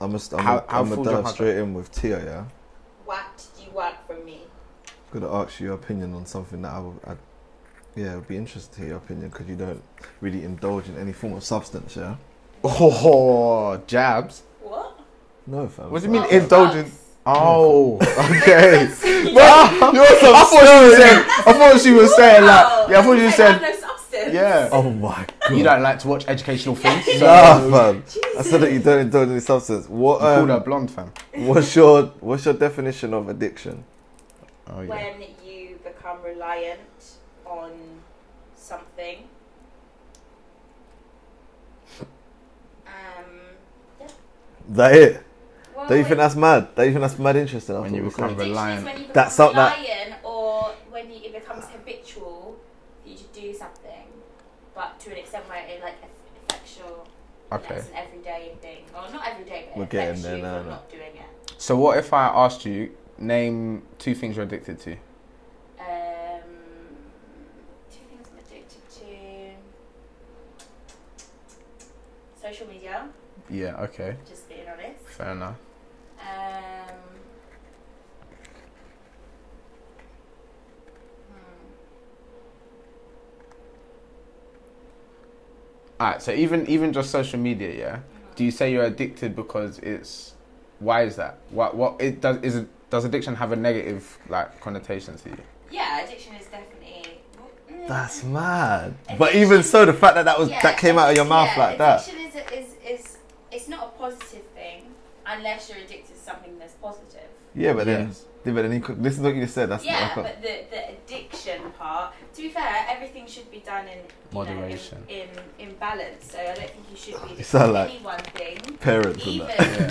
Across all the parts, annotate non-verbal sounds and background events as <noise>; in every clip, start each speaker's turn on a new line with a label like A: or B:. A: I'm gonna st-
B: How-
A: I'm
B: how
A: gonna
B: full
A: dive
B: Jakarta?
A: straight in with Tia. Yeah,
C: What do you want from me?
A: I'm gonna ask you your opinion on something that I would. I, yeah, it would be interested to hear your opinion because you don't really indulge in any form of substance. Yeah.
B: Oh, jabs.
C: What?
A: No, fam.
B: What do
A: fam.
B: you
A: <laughs>
B: mean
C: Oh,
B: indulgent?
C: drugs.
B: Oh, <laughs> okay. <laughs>
C: No,
B: You're some I thought she was
A: <laughs>
B: saying. I thought she was saying like. Yeah, I thought you
C: I
B: said.
C: have no substance.
B: Yeah.
A: Oh my god.
B: You don't like to watch educational films. So <laughs>
A: Nah, fam. I said that you don't indulge in any substance. What?
B: you called her
A: Um,
B: blonde, fam.
A: what's your What's your definition of addiction?
B: Oh yeah.
C: When you become reliant on something. Um.
A: That it?
C: Well,
A: Don't you
C: it-
A: think that's mad? Don't you think that's mad interesting? I
B: When
A: thought
B: you
A: we
B: become
A: said-
C: addiction is
B: reliant.
C: When you become
A: That's not that-
C: reliant, or when you, it becomes habitual, you should do something, but to an extent where it like aff- affects your.
B: Okay.
C: It's an everyday thing. Well, not everyday, but
A: We're
C: it
A: getting
C: affects
A: there
C: you
A: now,
C: for
A: no.
C: not doing it.
B: So what if I asked you name two things you're addicted to?
C: Um, two things I'm addicted to. Social media,
B: Yeah. Okay.
C: just being honest.
B: Fair enough.
C: Um, hmm.
B: Alright. So even even just social media, yeah. Do you say you're addicted because it's? Why is that? What what it does is it, does addiction have a negative like connotation to you?
C: yeah, addiction is definitely. mm,
A: That's mad. But even so, the fact that that was
C: yeah,
A: that came out of your
C: addic-
A: mouth
C: yeah,
A: like that.
C: Addiction is, is is it's not a positive thing unless you're addicted to something that's positive.
A: Yeah, but then,
B: Yes.
A: yeah, but then he could, listen to what you just said. That's
C: yeah,
A: not,
C: but the, the addiction part. To be fair, everything should be done in you know, in-
B: Moderation.
C: in, in balance. So I don't think you should be
A: You sound
C: addicted to
A: like-
C: any one thing.
A: parents and
C: Even
A: that.
B: Yeah.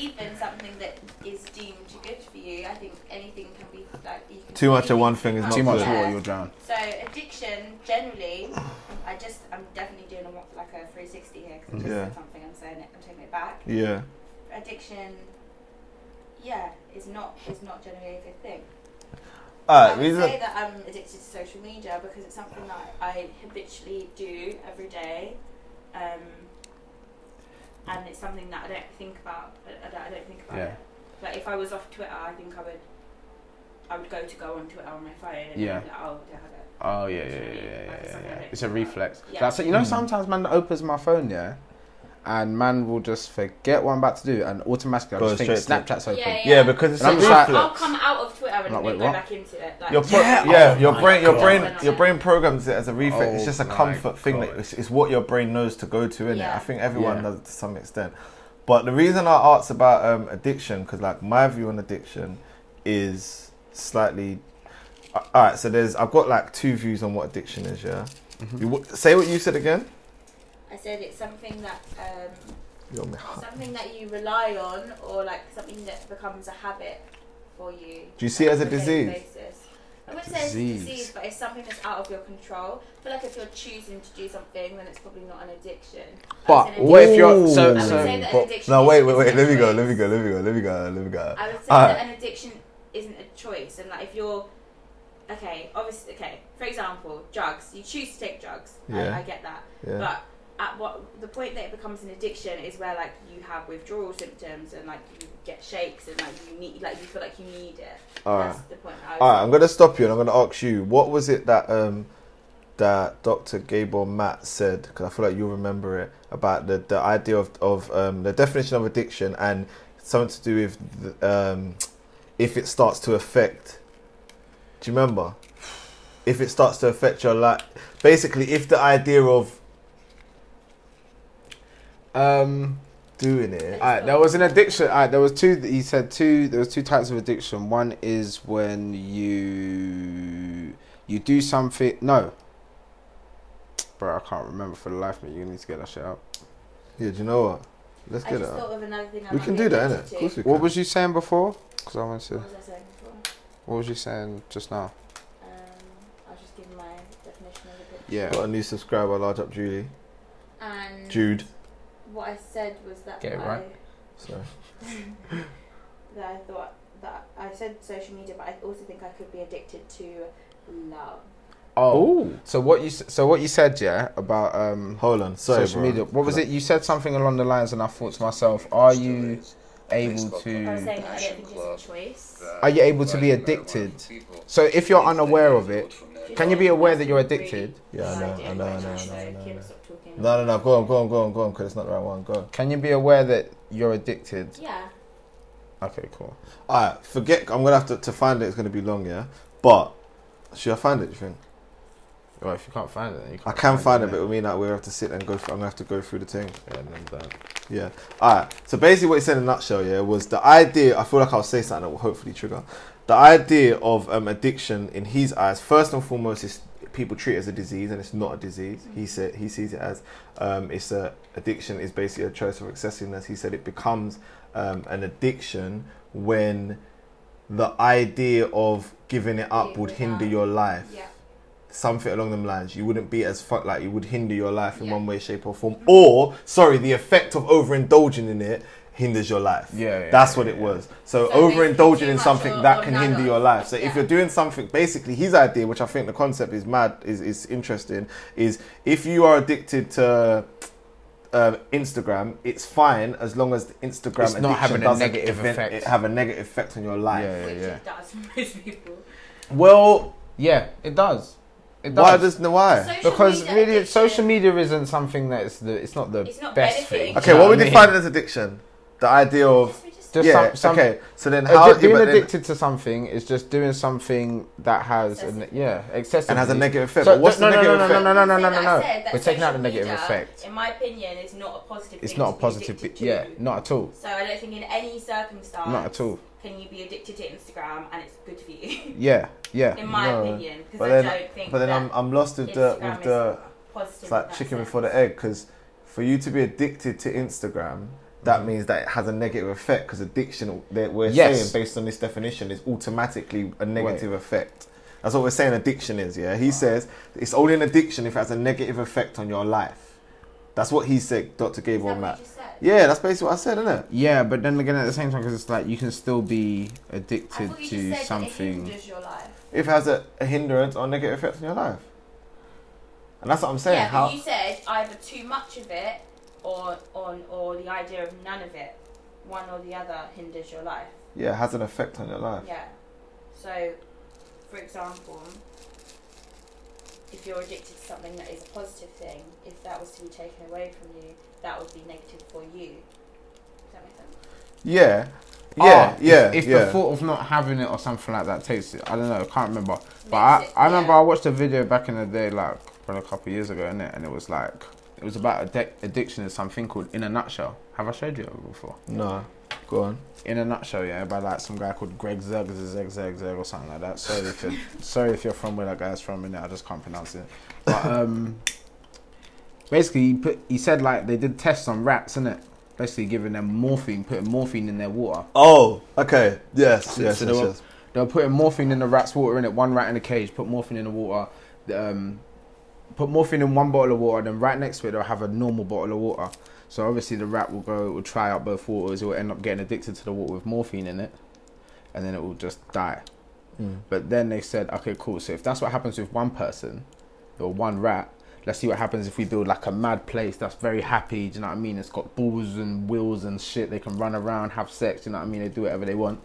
C: even something that is deemed good for you, I think anything can be like you can
A: Too much
C: really
A: of one thing is
C: be
A: not
B: Too much
A: good.
C: Yeah.
B: water, you'll drown.
C: So addiction generally, I just I'm definitely doing a, mo- like a 360 here because I just
A: Yeah.
C: said something. I'm saying it. I'm taking it back.
A: Yeah,
C: Addiction, yeah, is not is not generally a good thing. I
A: alright.
C: would say
A: Reason.
C: that I'm addicted to social media because it's something that I habitually do every day, um, and it's something that I don't think about. I- I don't, I don't think about
B: Yeah.
C: it. Like if I was off Twitter, I think I would, I would go to go on Twitter on my phone. And
B: Yeah.
C: Be like, oh, I have it.
B: Oh yeah, yeah, yeah, yeah, yeah, yeah, yeah. It's a reflex.
C: Yeah.
B: That's it. You know,
A: Mm.
B: sometimes man opens my phone, yeah, and man will just forget what I'm about to do, and automatically I
A: Go
B: just think
A: straight
B: Snapchat's open.
C: Yeah,
A: Yeah, because it's
B: And
A: a
B: I'm just like-
A: reflex.
C: I'll come out of Twitter and
B: Like,
C: then
B: wait,
C: go
B: what?
C: back into it. Like,
A: Your pro- yeah,
B: Yeah, oh
A: your
B: my
A: brain, your
B: God.
A: brain, your brain programs it as a reflex.
B: Oh
A: it's just a
B: my
A: comfort thing.
B: God.
A: That it's, it's what your brain knows to go to, innit?
C: Yeah.
A: I think everyone
B: Yeah.
A: does it to some extent. But the reason I asked about um, addiction, because like my view on addiction is slightly. Uh, all right, so there's I've got like two views on what addiction is. Yeah,
B: Mm-hmm. Hmm.
A: you, w- say what you said again.
C: I said it's something that um,
A: You're on my heart.
C: something that you rely on or like something that becomes a habit for you.
A: Do you see it as a
C: on daily
A: disease?
C: basis. I wouldn't say it's a
B: Disease.
C: disease, but it's something that's out of your control. But like if you're choosing to do something, then it's probably not an addiction.
B: But
C: It's an
B: what if you're
C: I
B: so
C: would
B: so?
C: say that an
A: But-
C: addiction
A: no,
C: is-
A: wait,
C: is
A: wait, wait.
C: a
A: Let me go.
C: choice.
A: Let me go. Let me go. Let me go. Let me go.
C: I would say
A: Alright.
C: that an addiction isn't a choice, and like if you're okay, obviously, okay. For example, drugs. You choose to take drugs.
A: Yeah.
C: I, I get that.
A: Yeah.
C: But at what the point that it becomes an addiction is where like you have withdrawal symptoms and like you get shakes and like you need like you feel like you need it.
A: All right.
C: That's the point. I would
A: All right, I'm gonna stop you and I'm gonna ask you what was it that um that Dr. Gabor Matt said because I feel like you'll remember it about the the idea of of um, the definition of addiction and something to do with the, um if it starts to affect. Do you remember? If it starts to affect your life, basically, if the idea of
B: Um,
A: doing it,
B: all right, there was an addiction. All right, there was two. He said two. There was two types of addiction. One is when you you do something. No, bro, I can't remember for the life of me. You need to get that shit out.
A: yeah, do you know what? Let's
C: I
A: get
C: just
A: it. out.
C: thought of another thing. I
A: We
C: might
A: can
C: be
A: do that, innit?
C: addicted to.
A: Of course we
B: What
A: can.
B: was you saying before? Because I want
C: What
B: to.
C: was I saying before?
B: What was you saying just now?
C: Um, I was just giving my definition of addiction.
B: Yeah.
A: Got a new subscriber, large up Julie.
C: And
A: Jude.
C: what I said was that
B: Get it
C: I,
B: right.
A: Sorry.
C: <laughs> that I thought that I said social media, but I also think I could be addicted to love.
B: Oh.
D: Ooh.
B: So what you s- so what you said yeah about um
A: Hold on, sorry,
B: social
A: bro.
B: media. What was it? You said something along the lines, and I thought to myself, are you able
C: I
B: to?
C: was saying I don't think it's a choice.
B: Are you able to be addicted? So if you're unaware of it, can you be aware that you're addicted?
A: Yeah, I know, I know, I know, I know,
C: So,
A: I know, I
C: Kieran,
A: know.
C: stop talking.
A: No, no, no. Go on, go on, go on, go on. Because it's not the right one. Go. on.
B: Can you be aware that you're addicted?
C: Yeah.
B: Okay, cool.
A: All right, forget. I'm gonna have to to find it. It's gonna be long, yeah. But should I find it? Do you think?
B: Well, if you can't find it, then you
A: I
B: can't
A: can find it, but
B: innit?
A: it would mean that we have to sit and go. Through, I'm gonna have to go through the thing.
B: Yeah, then don't.
A: Yeah. All right. So basically, what he said in a nutshell, yeah, was the idea. I feel like I'll say something that will hopefully trigger. The idea of um, addiction in his eyes, first and foremost, is people treat it as a disease, and it's not a disease. He said he sees it as um, it's a addiction is basically a choice of excessiveness. He said it becomes um, an addiction when the idea of giving it up would hinder your life
C: Yeah.
A: something along them lines. You wouldn't be as fuck like it would hinder your life in
C: Yeah.
A: one way, shape, or form. Or sorry, the effect of overindulging in it hinders your life.
B: Yeah, yeah,
A: that's
B: yeah,
A: what it
B: yeah.
A: was. So,
C: So
A: overindulging
C: basically too
A: in
C: much
A: something
C: or-
A: that
C: or
A: can
C: none
A: hinder
C: of-
A: your life. So if
C: yeah.
A: you're doing something, basically his idea, which I think the concept is mad, is is interesting, is if you are addicted to. Uh, Instagram, it's fine as long as the Instagram
B: It's not
A: addiction
B: having a
A: doesn't
B: negative
A: event-
B: effect.
A: It have a negative effect on your life.
B: Yeah,
C: Which
B: yeah,
C: it does <laughs> for most people.
A: Well,
B: yeah. It does. It does.
A: why does no why?
C: Social
B: because
C: media
B: really,
C: addiction.
B: social media isn't something that's the. It's not the
C: It's not
B: best
C: benefiting.
B: thing.
A: Okay,
B: do you
A: what
B: know
A: we
B: I mean?
A: define as addiction? The idea of
C: We just-
B: Just
A: yeah.
B: some- some-
A: okay, so then
B: Addi-
A: how yeah,
B: being
A: but then-
B: addicted to something is just doing something that has a, ne- yeah excessive
A: and has a negative effect.
B: So,
A: but what's
B: no,
A: the
B: no,
A: negative
B: no,
A: effect?
B: no, no, no, no,
C: Like I
B: no.
C: said, that
B: We're taking out the
C: social
B: negative
C: media,
B: effect.
C: In my opinion, is not a positive.
B: It's
C: thing
B: not a
C: to be
B: positive.
C: addicted
B: bi-
C: to.
B: yeah, not at all.
C: So I don't think in any circumstance
B: Not at all.
C: can you be addicted to Instagram and it's good for you. <laughs>
B: Yeah, yeah.
C: in my
A: No,
C: opinion, because
A: but
C: I
A: then-
C: don't think.
A: But then
C: that
A: I'm I'm lost with the
C: Instagram
A: with
C: is
A: the
C: positive
A: it's
C: in
A: like
C: that
A: chicken
C: sense.
A: before the egg because for you to be addicted to Instagram. That means that it has a negative effect because addiction, that we're
B: Mm. Yes.
A: saying based on this definition, is automatically a negative effect. That's what we're saying addiction is, yeah? He says it's only an addiction if it has a negative effect on your life. That's what he said, Dr.
C: Is that
A: Gabriel
C: what
A: Matt.
C: you said?
A: Yeah, that's basically what I said, isn't it?
B: Yeah, but then again, at the same time, because it's like you can still be
C: I
B: addicted
C: thought you just
B: to
C: said That it
B: something.
C: hinders your life.
A: If it has a, a hindrance or negative effect on your life. And that's what I'm saying.
C: yeah,
A: how
C: but you said either too much of it, or on, or the idea of none of it. One or the other hinders your life.
A: yeah, it has an effect on your life.
C: Yeah. So, for example, if you're addicted to something that is a positive thing, if that was to be taken away from you, that would be negative for you. Does that make sense?
A: Yeah. Yeah,
B: Ah,
A: yeah.
B: If, if
A: yeah.
B: the thought of not having it or something like that takes it, I don't know. I can't remember. But I,
C: Makes it-
B: I remember
C: yeah.
B: I watched a video back in the day, like from a couple of years ago, innit? and it was like it was about addic- addiction to something called "In a Nutshell." Have I showed you it before?
A: no. Go on.
B: in a nutshell, yeah, by like some guy called Greg Zerg, Zeg Zeg Zeg or something like that. Sorry if you're, sorry if you're from where that guy's from, and I just can't pronounce it. But um, basically, he put he said like they did tests on rats, innit? Basically, giving them morphine, putting morphine in their water.
A: Oh, okay. Yes, yes,
B: So
A: yes,
B: they were-
A: yes.
B: They were putting morphine in the rat's water, in it. One rat in a cage, put morphine in the water. the, Um, put morphine in one bottle of water, then right next to it, they'll have a normal bottle of water. So obviously, the rat will go, it will try out both waters, it will end up getting addicted to the water with morphine in it, and then it will just die.
A: Mm.
B: But then they said, okay, cool. So if that's what happens with one person or one rat, let's see what happens if we build like a mad place that's very happy. Do you know what I mean? It's got balls and wheels and shit. They can run around, have sex. Do you know what I mean? They do whatever they want.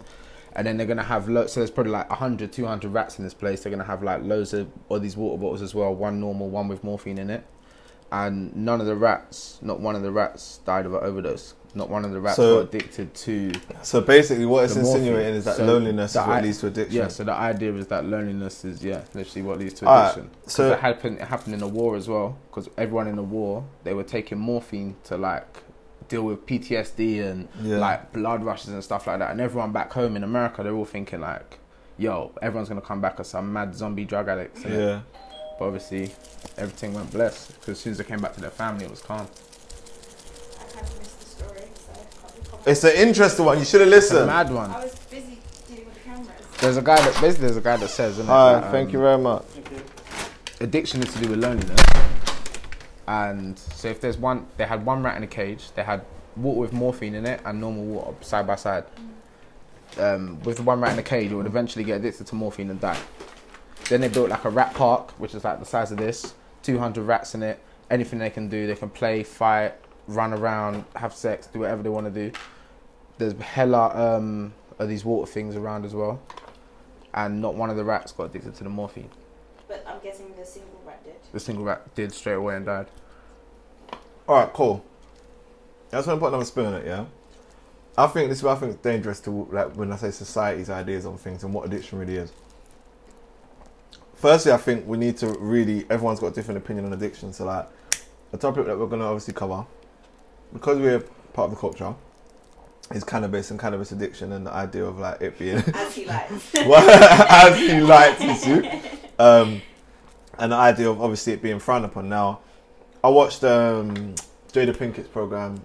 B: And then they're going to have loads. So there's probably like 100, 200 rats in this place. They're going to have like loads of all these water bottles as well. One normal, one with morphine in it. And none of the rats, not one of the rats died of an overdose. Not one of the rats
A: So-
B: got addicted to
A: So basically, what it's
B: The morphine.
A: insinuating is that
B: So
A: loneliness
B: the
A: is what
B: I-
A: leads to addiction.
B: Yeah, so the idea is that loneliness is yeah, literally what leads to
A: All right,
B: addiction. so
A: so-
B: it happened. It happened in the war as well, because everyone in the war they were taking morphine to like deal with PTSD and
A: Yeah.
B: like blood rushes and stuff like that. And everyone back home in America, they're all thinking like, "Yo, everyone's gonna come back as some mad zombie drug addicts." innit?
A: Yeah.
B: But obviously, everything went blessed because as soon as they came back to their family, it was calm.
C: I kind of missed the story, so I can't be confident.
A: It's an interesting one. You should have
B: It's a
A: listened. All
B: mad one.
C: I was busy dealing with the cameras.
B: There's a guy that basically there's a guy that says, isn't it,
A: right.
B: that,
A: Thank
B: um,
A: you very much.
B: addiction is to do with loneliness. And so if there's one, they had one rat in a cage. They had water with morphine in it and normal water side by side. Um, with the one rat in the cage, it would eventually get addicted to morphine and die. Then they built like a rat park, which is like the size of this, 200 rats in it. Anything they can do, they can play, fight, run around, have sex, do whatever they want to do. There's hella um, of these water things around as well, and not one of the rats got addicted to the morphine.
C: But I'm guessing the single rat
A: <laughs>
C: did.
B: The single rat did straight away and died.
A: All right, cool. I just want to put another spin on it. Yeah, I think this is why I think it's dangerous to like when I say society's ideas on things and what addiction really is. Firstly, I think we need to really everyone's got a different opinion on addiction. So like a topic that we're going to obviously cover because we're part of the culture is cannabis and cannabis addiction and the idea of like it being
C: As he likes.
A: well, <laughs> as
C: <laughs>
A: he likes to do. Um, and the idea of obviously it being frowned upon. Now, I watched um, Jada Pinkett's program,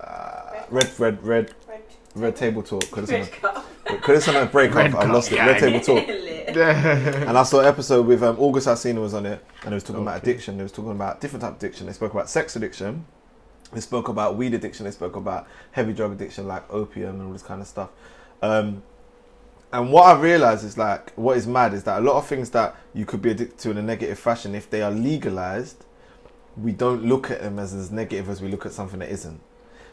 A: uh, Red Red Red
C: Red,
A: Red Table Talk. Could
C: red
A: have
C: cup.
A: done a break
B: Red
A: off. I
B: Cup
A: lost it. Red Table Talk.
C: <laughs> Lit.
B: yeah,
A: <laughs> And I saw an episode with um, August Alsina was on it, and it was talking about
B: Okay.
A: addiction. It was talking about different type of addiction. They spoke about sex addiction. They spoke about weed addiction. They spoke about heavy drug addiction like opium and all this kind of stuff. Um, and what I realize is like what is mad is that a lot of things that you could be addicted to in a negative fashion, if they are legalized, we don't look at them as as negative as we look at something that isn't.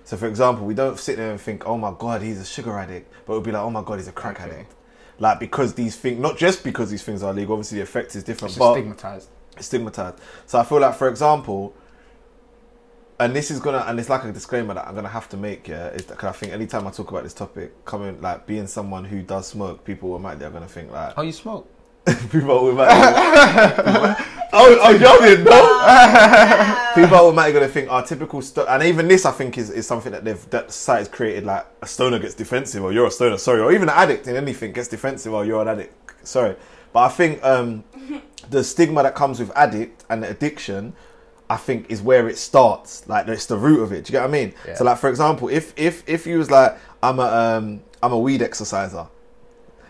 A: So, for example, we don't sit there and think, "Oh my God, he's a sugar addict," but we'll be like, "Oh my God, he's a crack
B: Okay.
A: addict." Like because these things, not just because these things are illegal. Obviously, the effect is different,
B: it's just
A: but
B: stigmatized.
A: stigmatized. So I feel like, for example, and this is gonna, and it's like a disclaimer that I'm gonna have to make. Yeah, is that 'cause I think anytime I talk about this topic, coming like being someone who does smoke, people will might they're gonna think like
B: Oh, you smoke?
A: <laughs> people will might. oh, oh, you're in, no. <laughs> People are automatically going to think our typical sto- and even this I think is, is something that they've that society's created like a stoner gets defensive or you're a stoner sorry or even an addict in anything gets defensive or you're an addict sorry but I think um, the stigma that comes with addict and addiction I think is where it starts like it's the root of it do you get what I mean
B: Yeah.
A: so like for example if if if you was like I'm a um, I'm a weed exerciser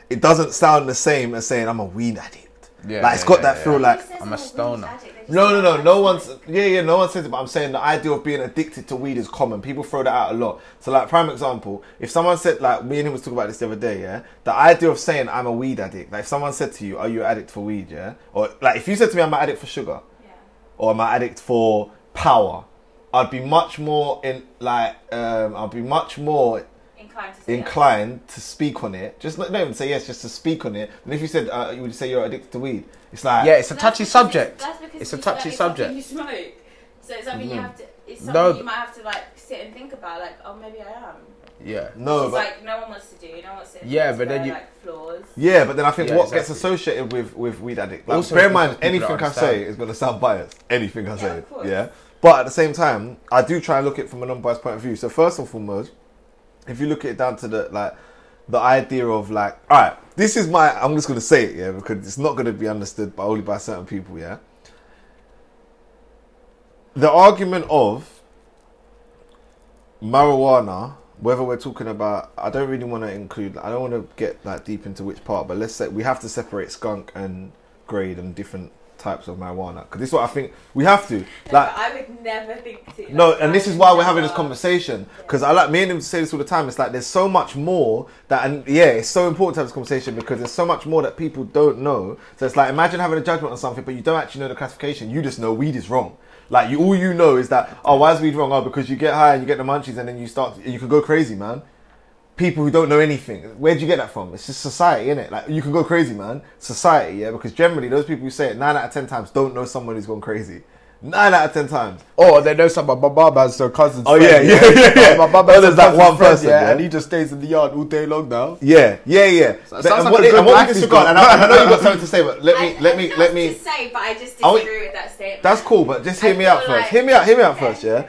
A: it doesn't sound the same as saying I'm a weed addict
B: Yeah,
A: like it's
B: yeah,
A: got
B: yeah,
A: that
B: yeah.
A: feel like
C: Who says
B: I'm a
C: weed
B: stoner.
C: addict? They just
A: no,
C: say,
A: no,
C: "Oh,
A: no,
C: I'm
A: no
C: a
A: one's.
C: stoner."
A: Yeah, yeah, no one says it. But I'm saying the idea of being addicted to weed is common. People throw that out a lot. So, like, prime example, if someone said, like, me and him was talking about this the other day, yeah, the idea of saying I'm a weed addict, like, if someone said to you, "Are you an addict for weed?" Yeah, or like, if you said to me, "I'm an addict for sugar,"
C: Yeah.
A: or "I'm an addict for power," I'd be much more in like, um, I'd be much more
C: Inclined to say
A: inclined to speak on it. Just not, not even say yes, just to speak on it. And if you said uh, you would say you're addicted to weed, it's like
B: Yeah, it's a
C: That's
B: touchy
C: because
B: subject.
C: It's, that's because
B: It's a
C: you-
B: touchy
C: it's something
B: subject.
C: You smoke, so it's something you have to. It's something
B: No.
C: you might have to like sit and think about. Like, oh, maybe I am.
B: Yeah.
A: no,
C: It's
A: but.
C: like no one wants to do. No one wants to.
B: Yeah,
C: admit
B: but
C: to
B: then
C: their,
B: you-
C: like flaws.
A: Yeah, but then I think
B: Yeah,
A: what gets
B: exactly.
A: associated with with weed addict. Like,
B: Also,
A: bear in
B: because
A: mind,
B: people
A: anything
B: don't
A: I say
B: understand.
A: is going to sound biased. Anything I say,
C: of course.
A: yeah. But at the same time, I do try and look at it from a non-biased point of view. So first and foremost, if you look at it down to the like the idea of like, all right, this is my. I'm just going to say it, yeah, because it's not going to be understood by only by certain people, yeah. The argument of marijuana, whether we're talking about, I don't really want to include, I don't want to get like deep into which part, but let's say we have to separate skunk and grade and different types of marijuana because this is what I think we have to.
C: No,
A: Like,
C: but I would never think to.
A: no,
C: like, I
A: and this
C: would
A: is why we're having this
C: never-
A: conversation because I like me and him say this all the time. It's like there's so much more that, and yeah, it's so important to have this conversation because there's so much more that people don't know. So it's like imagine having a judgment on something, but you don't actually know the classification. You just know weed is wrong. Like you, all you know is that oh, why is weed wrong? Oh, because you get high and you get the munchies, and then you start, you could go crazy, man. People who don't know anything, where'd you get that from? It's just society, innit? Like you can go crazy, man. Society, yeah, because generally those people who say it nine out of ten times don't know someone who's gone crazy. Nine out of ten times.
B: Or they know someone, my baba's their cousin's
A: Oh,
B: friend,
A: yeah, yeah, yeah, yeah.
B: My baba's
A: Oh, there's
B: her
A: that
B: cousin's
A: one
B: friend,
A: person, yeah.
B: and he just stays in the yard all day long now.
A: Yeah, yeah, yeah.
B: So-
A: Th- and
B: sounds like
A: what
B: a
A: they-
B: good
A: and what
B: life
A: they
B: he's
A: took on-
B: got.
A: and I, and I know you've got something to say, but let me,
C: I-
A: let
C: I
A: me,
C: know
A: let
C: what
A: me.
C: To say, but I just
A: Are we-
C: disagree with that statement.
A: That's cool, but just hear
C: I
A: me out
C: feel
A: first.
C: like-
A: Hear me out. Hear me out
C: Okay.
A: first. Yeah.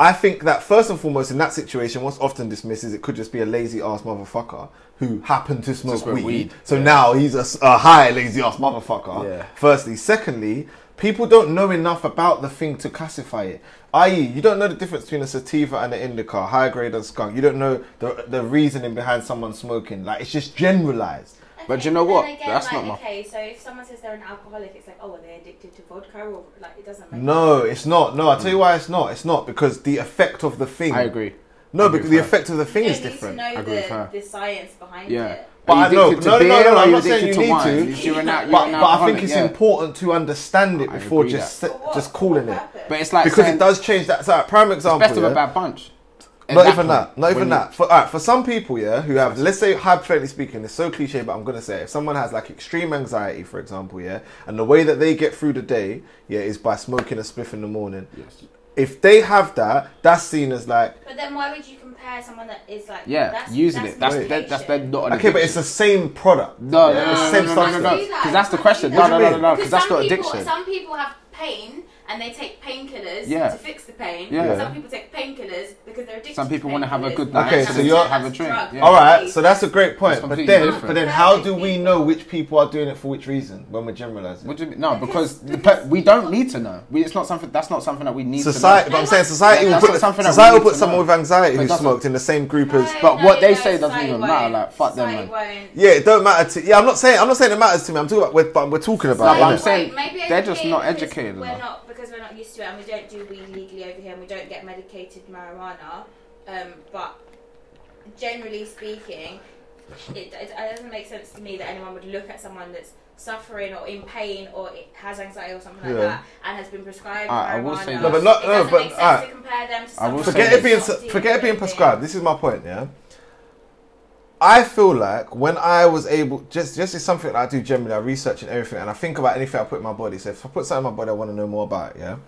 A: I think that first and foremost in that situation, what's often dismissed is it could just be a lazy ass motherfucker who happened to smoke
B: smoke
A: weed.
B: weed.
A: So now he's a, s- a high lazy ass motherfucker.
B: Yeah.
A: Firstly, secondly, people don't know enough about the thing to classify it. I.e., you don't know the difference between a sativa and an indica, high grade and skunk. You don't know the the reasoning behind someone smoking. Like it's just generalized.
B: But
C: Okay,
B: you know
C: then
B: what?
C: Again,
B: That's
C: like,
B: not my-
C: okay. So if someone says they're an alcoholic, it's like, oh, are they addicted to vodka or like it doesn't make
A: No, it's not. No, I'll tell you why it's not. It's not because the effect of the thing.
B: I agree.
A: No,
B: I agree
A: because the
B: with her.
A: effect of the thing
C: You
A: is
C: don't need
A: different.
C: To know
B: agree with her.
C: the, the science behind
B: Yeah,
C: it.
B: But
A: I
B: are you
A: know-
B: addicted
A: no,
B: to
A: no, no,
B: beer
A: no,
B: or are
A: I'm
B: you
A: not saying
B: addicted
A: you
B: to
A: need
B: wine?
A: to,
B: You- You're an,
A: But, but I think it's important to understand it
B: I
A: before
B: agree
A: just
C: But
A: sit,
C: what-
A: just calling
C: what
A: it
C: happened?
B: But it's like
A: because
B: saying
A: it does change. That so, like, prime
B: it's
A: example.
B: best of
A: yeah?
B: a bad bunch. At
A: not even
B: point,
A: that. Not even
B: when
A: that. For alright, for some people, yeah, who have let's say hypothetically speaking, it's so cliche, but I'm gonna say it. if someone has like extreme anxiety, for example, yeah, and the way that they get through the day, yeah, is by smoking a spliff in the morning.
B: you- Yes.
A: If they have that, that's seen as like
C: But then why would you compare someone that is like
B: Yeah, using it. That's
A: Wait.
B: that, that's
C: medication.
B: they're not an
A: okay, but it's the same product.
B: No,
A: Yeah.
B: no,
A: It's
B: no,
A: the
B: no,
A: same
B: no, no, no, no,
A: substance.
B: because that's the question. No,
C: What
B: no,
A: do you
B: no, no, no,
A: mean?
B: because that's
C: some
B: not
C: people,
B: addiction.
C: Some people have pain and they take painkillers
B: Yeah.
C: to fix the pain.
B: Yeah.
C: Some people take painkillers because they're addicted.
B: Some people
C: want
B: wanna
C: to
B: have a good
C: painkillers.
B: night
A: Okay, so you're-
B: have a drink,
C: Drugs.
B: yeah.
A: All right, so that's a great point.
B: It's
A: But
B: completely
A: then,
B: different.
A: but then, how do we know which people are doing it for which reason when we're generalizing?
B: What do you mean? No, because,
C: Because-
B: the
C: because
B: pe- we don't need to know. We, it's not something. That's not something that we need.
A: Society,
B: To know.
A: but I'm saying society
B: Yeah,
A: will
B: that's
A: put
B: not
A: the-
B: something that we
A: society will
B: need
A: put
B: to
A: someone
B: know.
A: with anxiety
B: But
A: who
B: that's-
A: smoked in the same group as.
C: No,
B: but
C: no,
B: what they
C: no,
B: say doesn't
C: society
B: even matter,
C: won't.
B: like, fuck them,
C: Society won't.
A: Yeah, it don't matter to. Yeah, I'm not saying I'm not saying it matters to me. I'm talking about, we're, but we're talking
B: No,
A: about.
B: but I'm
A: it.
B: saying-
C: maybe
B: they're
C: over
B: just
C: here
B: not
C: because
B: educated
C: We're
B: enough.
C: not because we're not used to it, and we don't do weed legally over here, and we don't get medicated marijuana. Um, but generally speaking, it, it, it doesn't make sense to me that anyone would look at someone that's suffering or in pain or it has anxiety or something like
A: Yeah.
C: that and has been prescribed
B: Alright, I
C: marijuana.
B: will say
A: No, but
C: it
A: not- no,
C: doesn't
A: but-
C: make sense
A: alright.
C: to compare them to
B: I will
C: someone
B: say
A: forget
B: this.
A: it being
C: that's not dealing
A: forget it being
C: with anything.
A: prescribed. This is my point. Yeah, I feel like when I was able, just just is something that I do generally. I research and everything, and I think about anything I put in my body. So if I put something in my body, I want to know more about. It, yeah,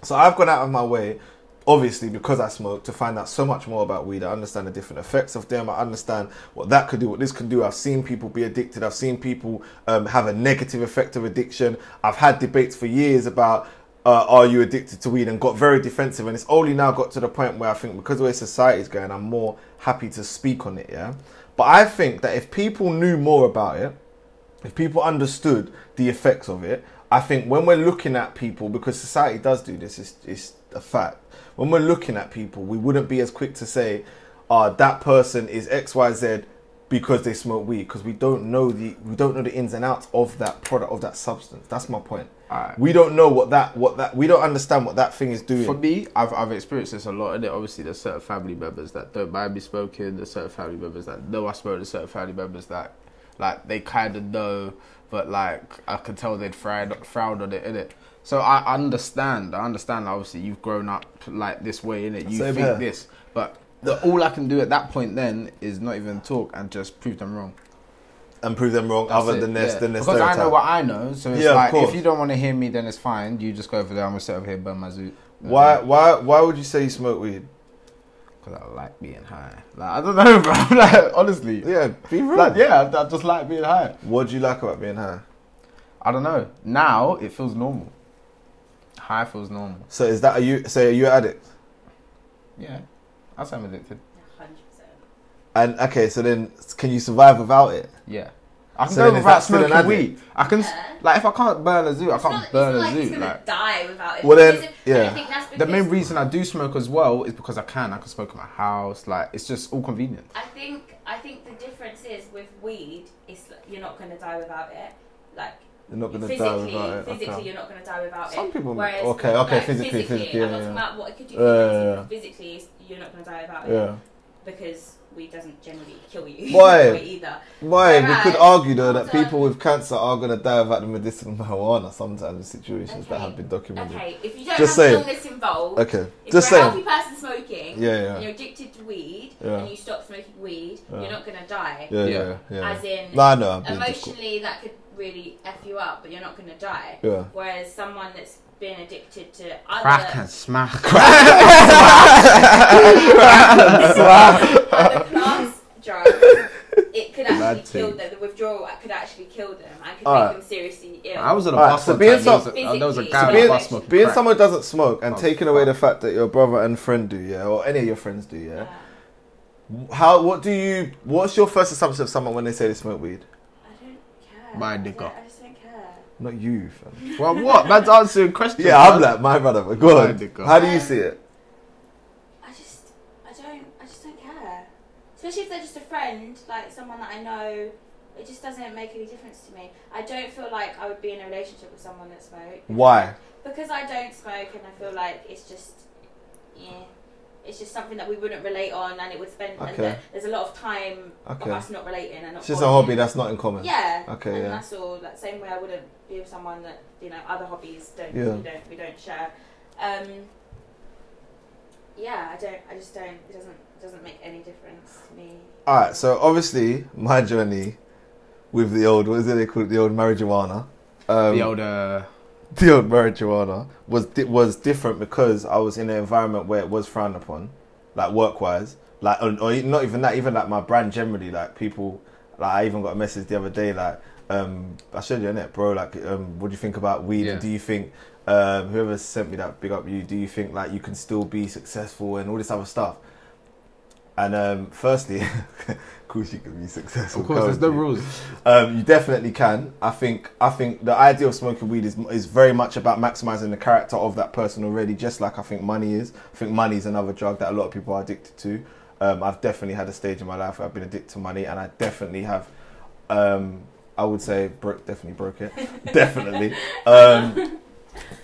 A: so I've gone out of my way. Obviously, because I smoke, to find out so much more about weed, I understand the different effects of them. I understand what that could do, what this can do. I've seen people be addicted. I've seen people um, have a negative effect of addiction. I've had debates for years about uh, are you addicted to weed and got very defensive. And it's only now got to the point where I think because the way society's going, I'm more happy to speak on it. Yeah, but I think that if people knew more about it, if people understood the effects of it, I think when we're looking at people, because society does do this, it's, it's a fact. When we're looking at people, we wouldn't be as quick to say, "Ah, that person is X, Y, Z because they smoke weed," because we don't know the we don't know the ins and outs of that product of that substance. That's my point.
B: Alright.
A: We don't know what that what that we don't understand what that thing is doing.
B: For me, I've, I've experienced this a lot, and obviously there's certain family members that don't mind me smoking. There's certain family members that know I smoke. There's certain family members that, like, they kind of know, but like I can tell they'd frown frown on it in it. So I understand. I understand. Like, obviously, you've grown up like this way in it. You
A: Same
B: think
A: here.
B: this, but the, all I can do at that point then is not even talk and just prove them wrong.
A: and prove them wrong,
B: That's
A: other
B: it,
A: than this,
B: yeah.
A: than this.
B: Because I know what I know, so it's
A: Yeah, of
B: like
A: course.
B: if you don't want to hear me, then it's fine. You just go over there. I'm gonna sit over here, burn my zoo.
A: Why why why would you say you smoke weed?
B: Because I like being high. Like I don't know, <laughs> bro. like honestly,
A: Yeah, be real.
B: like yeah, I, I just like being high.
A: What do you like about being high?
B: I don't know. Now it feels normal. High feels normal.
A: So is that are you? So are you an addict?
B: Yeah, I say I'm addicted.
C: 100%.
A: And okay, so then can you survive without it?
B: Yeah. I can
A: So
B: go
A: then is that
B: without
A: still an
B: smoking weed. I can s-
C: Yeah.
B: like if I can't burn a zoo, I
C: It's
B: can't
C: not- it's
B: burn
C: not
B: a
C: like
B: zoo.
C: he's gonna
B: like
C: die without it.
A: Well then,
C: Because if-
A: yeah.
C: I think that's
B: the main
C: because-
B: reason I do smoke as well is because I can. I can smoke in my house. Like it's just all convenient.
C: I think I think the difference is with weed, it's like you're not gonna die without it. Like
A: You're not gonna
C: physically,
A: die without it.
C: physically,
A: Okay.
C: you're not gonna die without
A: Some
C: it.
A: people-
C: Whereas,
A: okay, okay, physically, physically,
C: I'm
A: yeah,
C: not talking
A: yeah.
C: about what it could do.
A: Yeah, yeah,
C: Yeah,
A: yeah.
C: Physically, it's- you're not gonna die without it
A: Yeah.
C: because weed doesn't generally kill you. <laughs>
A: Why?
C: either.
A: Why we
C: Alright.
A: could argue though that
C: So-
A: people with cancer are gonna die without the medicinal <laughs> marijuana sometimes in situations that
C: Okay.
A: have been documented. Okay.
C: Okay, if you don't
A: Just
C: have
A: saying.
C: illness involved, if
A: Just
C: you're a
A: saying.
C: healthy person smoking,
A: Yeah,
C: and
A: yeah,
C: you're addicted to weed,
A: Yeah.
C: and you stop smoking weed,
A: Yeah.
C: you're not gonna die.
A: yeah,
B: Yeah.
A: yeah, yeah.
C: As in,
A: No, I know. I'm being difficult.
C: emotionally that could really f you up but you're not going to die
A: Yeah.
C: whereas someone that's been addicted to other
B: Crack <laughs>
A: <laughs>
B: and smack.
C: other class drugs it could actually
B: Mad
C: kill
B: thing.
C: them the withdrawal could actually kill them and could
A: Alright.
C: make them seriously ill
B: I was on a
A: Alright,
B: bus
A: so
B: one
A: being
B: time. There was
A: some-
B: a- there was a
C: Physically,
B: guy on a
A: being-
B: bus smoking
A: Being
B: crack.
A: someone who doesn't smoke and
B: Oh,
A: taking away the
B: fuck.
A: fact that your brother and friend do, yeah, or any of your friends do,
C: Uh,
A: yeah. How? What do you? What's your first assumption of someone when they say they smoke weed?
C: I don't care
B: My
C: I don't-
B: nigga.
C: I just don't care
A: Not you, fam.
B: Well, what? Man's answering questions.
A: Yeah, I'm
B: man.
A: like my brother. But go
B: My
A: on.
B: nigga.
A: How do you see it?
C: I just I don't I just don't care especially if they're just a friend like someone that I know it just doesn't make any difference to me I don't feel like I would be in a relationship with someone that smoked
A: Why?
C: Because I don't smoke and I feel like it's just, yeah. It's just something that we wouldn't relate on, and it would spend. And
A: Okay.
C: there- there's a lot of time of
A: Okay.
C: us not relating and not.
A: It's just a
C: bonding.
A: hobby that's not in common.
C: Yeah.
A: Okay,
C: And
A: yeah.
C: that's all. That same way I wouldn't be with someone that you know other hobbies don't.
A: Yeah.
C: We don't. We don't share. Um. Yeah, I don't. I just don't. It doesn't. It doesn't make any difference to me.
A: All right, so obviously my journey with the old what is it they call it the old marijuana, um,
B: the older.
A: the old marijuana was di- was different because I was in an environment where it was frowned upon, like work wise, like or, or e- not even that, even like my brand generally, like people, like I even got a message the other day, like um, I showed you in it, bro, like um, what do you think about weed?
B: Yeah.
A: And do you think um, whoever sent me that big up you? Do you think like you can still be successful and all this other stuff? And um, firstly, <laughs> of course you can be successful.
B: Of course, there's no
A: can't you? <laughs>
B: rules.
A: Um, you definitely can. I think. I think the idea of smoking weed is is very much about maximizing the character of that person already. Just like I think money is. I think money is another drug that a lot of people are addicted to. Um, I've definitely had a stage in my life where I've been addicted to money, and I definitely have. Um, I would say broke, definitely broke it. <laughs> definitely. Um,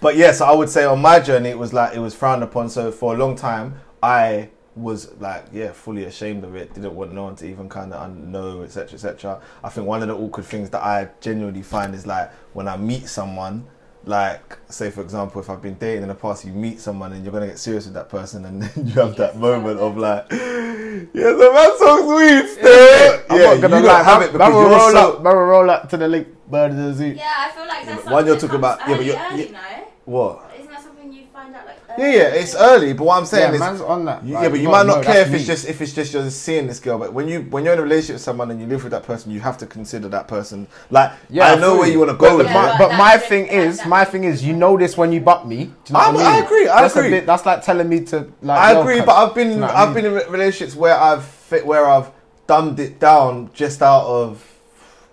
A: but yeah, so I would say on my journey, it was like it was frowned upon. So for a long time, I was like, yeah, fully ashamed of it. Didn't want no one to even kind of know, etc., etc. I think one of the awkward things that I genuinely find is like when I meet someone, like say for example, if I've been dating in the past, you meet someone and you're gonna get serious with that person, and <laughs> then you have that moment of like, <laughs> yeah, the man talks weed still.
B: I'm
A: Yeah,
B: not gonna
A: you
B: lie.
A: don't have it because
B: Barrel
A: you're
B: roll
A: so
B: up, barrel roll up to the link, bird of the zoo.
C: Yeah, I feel like
A: Yeah,
C: that's
A: but one
C: something
A: you're
C: that
A: talking
C: comes
A: about- yeah, but
C: early,
A: you're-
C: early,
A: you-
C: no?
A: what?
C: Isn't that something you find out like?
A: Yeah,
C: early?
A: yeah, it's early, but what I'm saying
B: Yeah,
A: is,
B: man's on that.
A: You-
B: Like,
A: yeah, but you
B: gotta
A: might
B: know,
A: not care
B: that's
A: if it's
B: me.
A: just if it's just you're seeing this girl. But when you when you're in a relationship with someone and you live with that person, you have to consider that person. Like I, know
B: feel
A: where you want to
B: But
A: go with
B: my-
C: Yeah,
A: that.
B: But,
C: but
B: my
C: that's
B: thing
C: different.
B: is, my thing is, you know this when you butt me. Do you know
A: I-
B: what I,
A: I
B: mean?
A: agree, I
B: that's
A: agree.
B: A bit, that's like telling me to. Like,
A: I
B: yo,
A: agree,
B: cunt.
A: but I've been
B: Do you know what I
A: I've
B: mean?
A: been in re- relationships where I've fit where I've dumbed it down just out of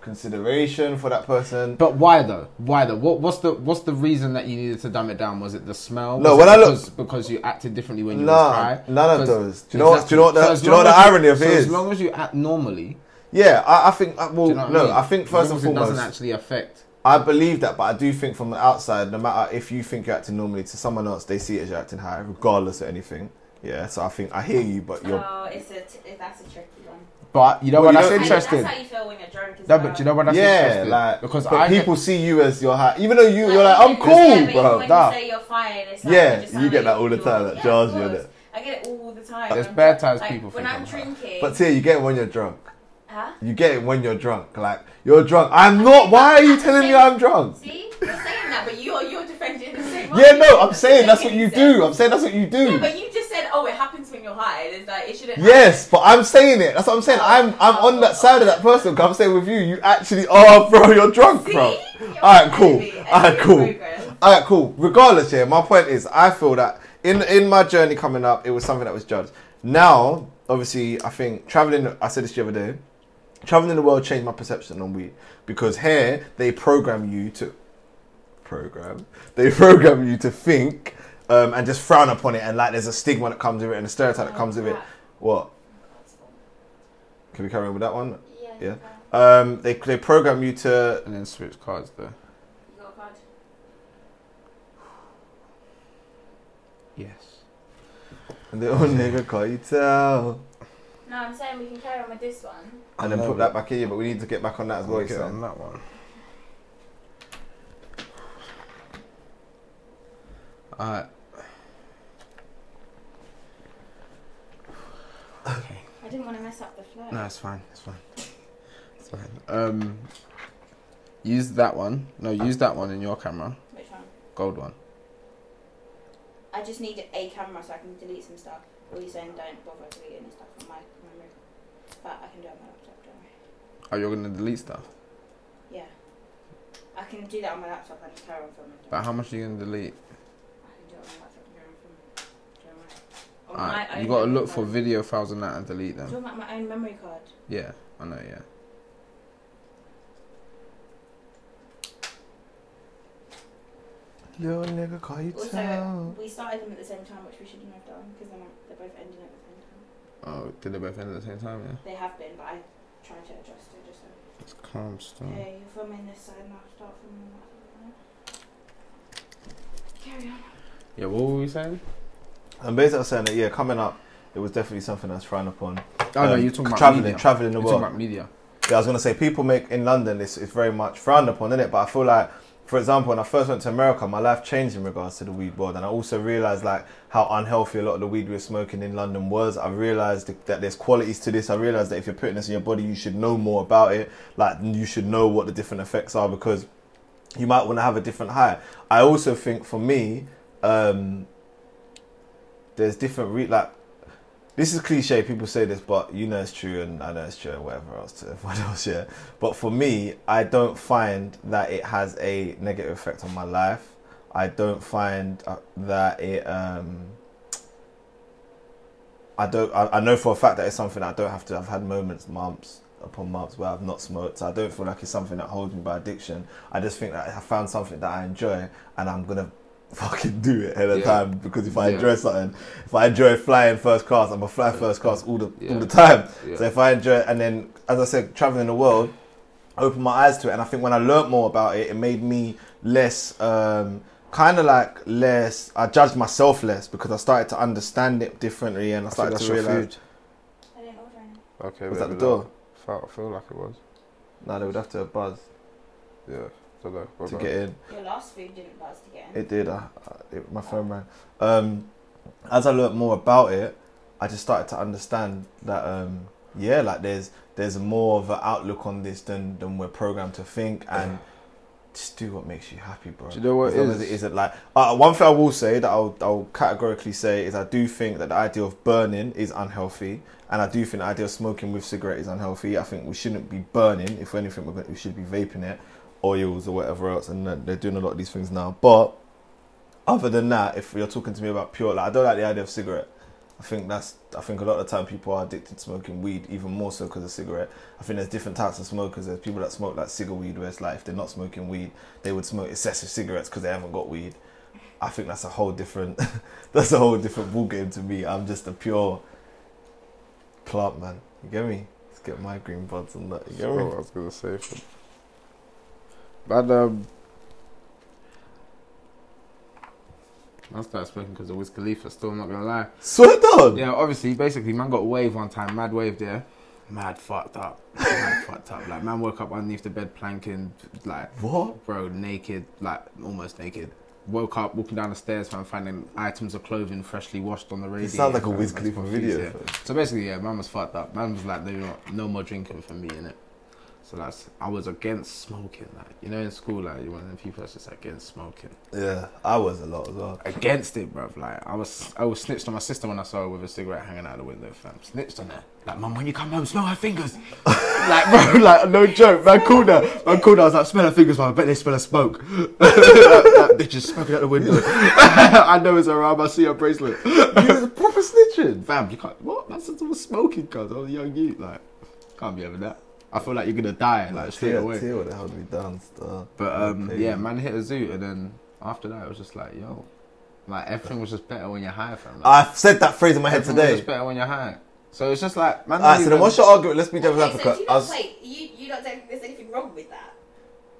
A: consideration for that person.
B: But why though? Why though? What, what's the what's the reason that you needed to dumb it down? Was it the smell?
A: No,
B: Was
A: when
B: it
A: I look-
B: because, because you acted differently when you was
A: Nah,
B: high.
A: none of
B: Because-
A: those. Do you know what? Do you know what?
B: Exactly.
A: The,
B: So
A: do you know what the
B: as long as
A: irony of
B: so
A: it
B: As
A: is?
B: long as you act normally,
A: Yeah, I, I think. uh, Well,
B: do you know what
A: no,
B: mean?
A: I think
B: As
A: first and
B: long as it
A: foremost,
B: doesn't actually affect.
A: I believe that, but I do think from the outside, no matter if you think you're acting normally to someone else, they see it as you're acting high, regardless of anything. Yeah, so I think I hear you, but you're.
C: Oh, it's a t- that's a tricky one.
B: But you know
A: Well,
B: what?
A: you
B: That's
A: don't-
C: And that's
B: interesting.
C: how you feel when you're drunk. As
B: No,
C: well.
B: but you know what? That's
A: yeah,
B: interesting.
A: like
B: because
A: but
B: I get-
A: people see you as you're high, even though you you're like
C: you
A: I'm
C: get-
A: cool,
C: yeah, but
A: bro.
C: When
A: nah.
C: you say you're fine, it's like
A: Yeah,
C: it just
A: you
C: sounds
A: get that
C: like
A: all the
C: you're-
A: time, that
C: yeah,
A: jars
C: of
A: you in
C: course.
A: it.
C: I get it all the time.
B: There's
C: I'm
B: bad
C: drunk.
B: times
C: Like,
B: people
C: When
B: think
C: I'm
B: I'm high.
C: drinking,
A: But see, you get it when you're drunk.
C: huh?
A: You get it when you're drunk. Like you're drunk. I'm not. Why are you telling me I'm drunk?
C: See, you're saying that, but you're you're defending the same.
A: Yeah, no,
C: argument.
A: I'm saying
C: <laughs>
A: that's what you
C: Making sense.
A: do. I'm saying that's what you
C: Yeah,
A: do.
C: but you just said, oh, it happens when you're high. It's like it shouldn't.
A: Yes, but I'm saying it. That's what I'm saying.
C: Oh,
A: I'm I'm on that side of that person. 'cause I'm saying with you, you actually are, <laughs> bro. You're drunk,
C: happen. See?
A: bro.
C: You're
A: All right,
C: my
A: cool.
C: enemy, and
A: All right,
C: you're
A: cool.
C: progress.
A: All right, cool. Regardless, yeah. My point is, I feel that in in my journey coming up, it was something that was judged. Now, obviously, I think traveling. I said this the other day. Traveling the world changed my perception on weed because here they program you to program. They <laughs> program you to think um, and just frown upon it, and like there's a stigma that comes with it and a stereotype
C: Oh,
A: that comes with it. What? Can we carry on with that one?
C: Yeah.
A: Yeah. Um, they they program you to <laughs>
B: and then switch cards though.
C: You got a card.
B: Yes.
A: the old
B: <laughs>
A: nigga call you tell,
C: No, I'm saying we can carry on with this one.
A: and then put that back in. Yeah, but we need to get back on that as well. you
B: Get
A: said.
B: on that one. Alright. Okay.
C: I didn't want to mess up the flow.
B: No, it's fine. It's fine. It's fine. Um, use that one. No, use that one in your camera.
C: Which one?
B: Gold one.
C: I just need a camera so I can delete some stuff. Or you saying don't bother deleting this stuff from my memory. But I can do it on my laptop, don't worry.
B: Oh, you're gonna delete stuff.
C: Yeah. I can do that on my laptop and just carry on filming.
B: But how much are you gonna delete?
C: I can do it on my laptop and carry on filming. Do you know what I mean?
B: Alright,
C: On my
B: you
C: own
B: gotta
C: memory
B: look for
C: card.
B: video files and that and delete them.
C: Talking about my own memory card.
B: Yeah, I know. Yeah.
A: Little nigga call you
C: Also,
A: tell.
C: we started them at the same time, which we shouldn't have done because they're both ending at the same time.
B: Oh, did they both end at the same time? Yeah.
C: They have been, but I tried to adjust it just so.
B: It's calm still.
C: Okay, you're filming this side and I'll start filming that side. Carry on.
B: Yeah. What were we saying?
A: And basically, I was saying that yeah, coming up, it was definitely something that's frowned upon.
B: Oh no,
A: Um,
B: you're talking about
A: traveling,
B: media.
A: traveling the
B: You're
A: world.
B: talking about media.
A: Yeah, I was gonna say people make in London it's, it's very much frowned upon, is it? But I feel like, for example, when I first went to America, my life changed in regards to the weed world, and I also realized like how unhealthy a lot of the weed we were smoking in London was. I realized that there's qualities to this. I realized that if you're putting this in your body, you should know more about it. Like you should know what the different effects are because you might want to have a different high. I also think for me, um, there's different re- like this is cliche. People say this, but you know it's true, and I know it's true, and whatever else to <laughs> everyone else. Yeah, but for me, I don't find that it has a negative effect on my life. I don't find uh, that it. Um, I don't. I, I know for a fact that it's something I don't have to. I've had moments, months upon months, where I've not smoked. I don't feel like it's something that holds me by addiction. I just think that I found something that I enjoy, and I'm gonna <laughs> fucking do it at a
B: Yeah.
A: time because if I
B: Yeah.
A: enjoy something, if I enjoy flying first class, I'm gonna fly first class all the
B: Yeah.
A: all the time.
B: Yeah.
A: So if I enjoy, and then as I said, traveling the world, I opened my eyes to it, and I think when I learnt more about it, it made me less, um, kind of like less. I judged myself less because I started to understand it differently, and I
B: I think
A: started
B: that's
A: to
B: your
A: realize.
B: food.
C: I didn't order any.
D: Okay,
A: Was that the
D: maybe
A: door?
D: Felt, feel like it was.
A: No, they would have to have buzzed
D: Yeah, don't know. What
A: to
D: about-
A: get in.
C: Your last food didn't buzz to get in.
A: It did. I, I, it, my phone rang. Um, as I learnt more about it, I just started to understand that um, yeah, like there's there's more of an outlook on this than than we're programmed to think, and just do what makes you happy, bro.
B: Do you know what
A: as
B: it
A: long
B: is?
A: as it isn't like uh, one thing I will say that I'll, I'll categorically say is I do think that the idea of burning is unhealthy, and I do think the idea of smoking with cigarette is unhealthy. I think we shouldn't be burning. If anything, we're gonna, we should be vaping it, oils or whatever else, and they're- they're doing a lot of these things now. But other than that, if you're talking to me about pure, like I don't like the idea of cigarette. I think that's. I think a lot of the time people are addicted to smoking weed, even more so because of cigarette. I think there's different types of smokers. There's people that smoke like cigarette weed, where it's like if they're not smoking weed, they would smoke excessive cigarettes because they haven't got weed. I think that's a whole different <laughs> that's a whole different ball game to me. I'm just a pure plant man. You get me? Let's get my green buds and that. You
D: That's
A: get
D: what
A: me?
D: I was gonna say. For
B: But um, man started smoking because of Wiz Khalifa. Still not gonna lie.
A: Swear down.
B: Yeah, obviously, basically, man got wave one time, mad wave there, mad fucked up,
A: <laughs>
B: mad fucked up. Like man woke up underneath the bed planking, like
A: What?
B: bro, naked, like almost naked. Woke up walking down the stairs, man, finding items of clothing freshly washed on the radio.
A: It sounds like a Wiz Khalifa video. fam.
B: So basically, yeah, man was fucked up. Man was like, no, you know what, no more drinking for me, innit? So that's, I was against smoking, like, you know, in school, like, you're one of the people that's just against smoking.
A: Yeah, I was a lot as well.
B: Against it, bruv. Like, I was, I was snitched on my sister when I saw her with a cigarette hanging out the window, fam. Snitched on her. Like, mum, when you come home, smell her <laughs> fingers. like, bro, <laughs> like, no joke. Man called her. Man called her. I was like, smell her fingers, mum. I bet they smell her smoke. <laughs> that, that bitch is smoking out the window. <laughs> I know it's her arm. I see her bracelet. <laughs>
A: proper snitching.
B: Fam, you can't. What? That's just all smoking, cuz. I was a young youth. Like, can't be having that. I feel like you're gonna die, like, straight
A: Tear,
B: away.
A: tear would have held me down, star.
B: But, um,
A: Okay.
B: yeah, man hit a zoo, and then after that, it was just like, yo. Like, everything was just better when you're high, fam. Like,
A: I've said that phrase in my head
B: everything was
A: today.
B: just better when you're high. So it's just like, man.
A: Alright,
B: don't
A: so then
B: even-
A: what's your argument? Let's be devil's
C: Wait, so
A: advocate.
C: do you
A: I
C: not,
A: was-
C: wait, you, you not don't think there's anything wrong with that?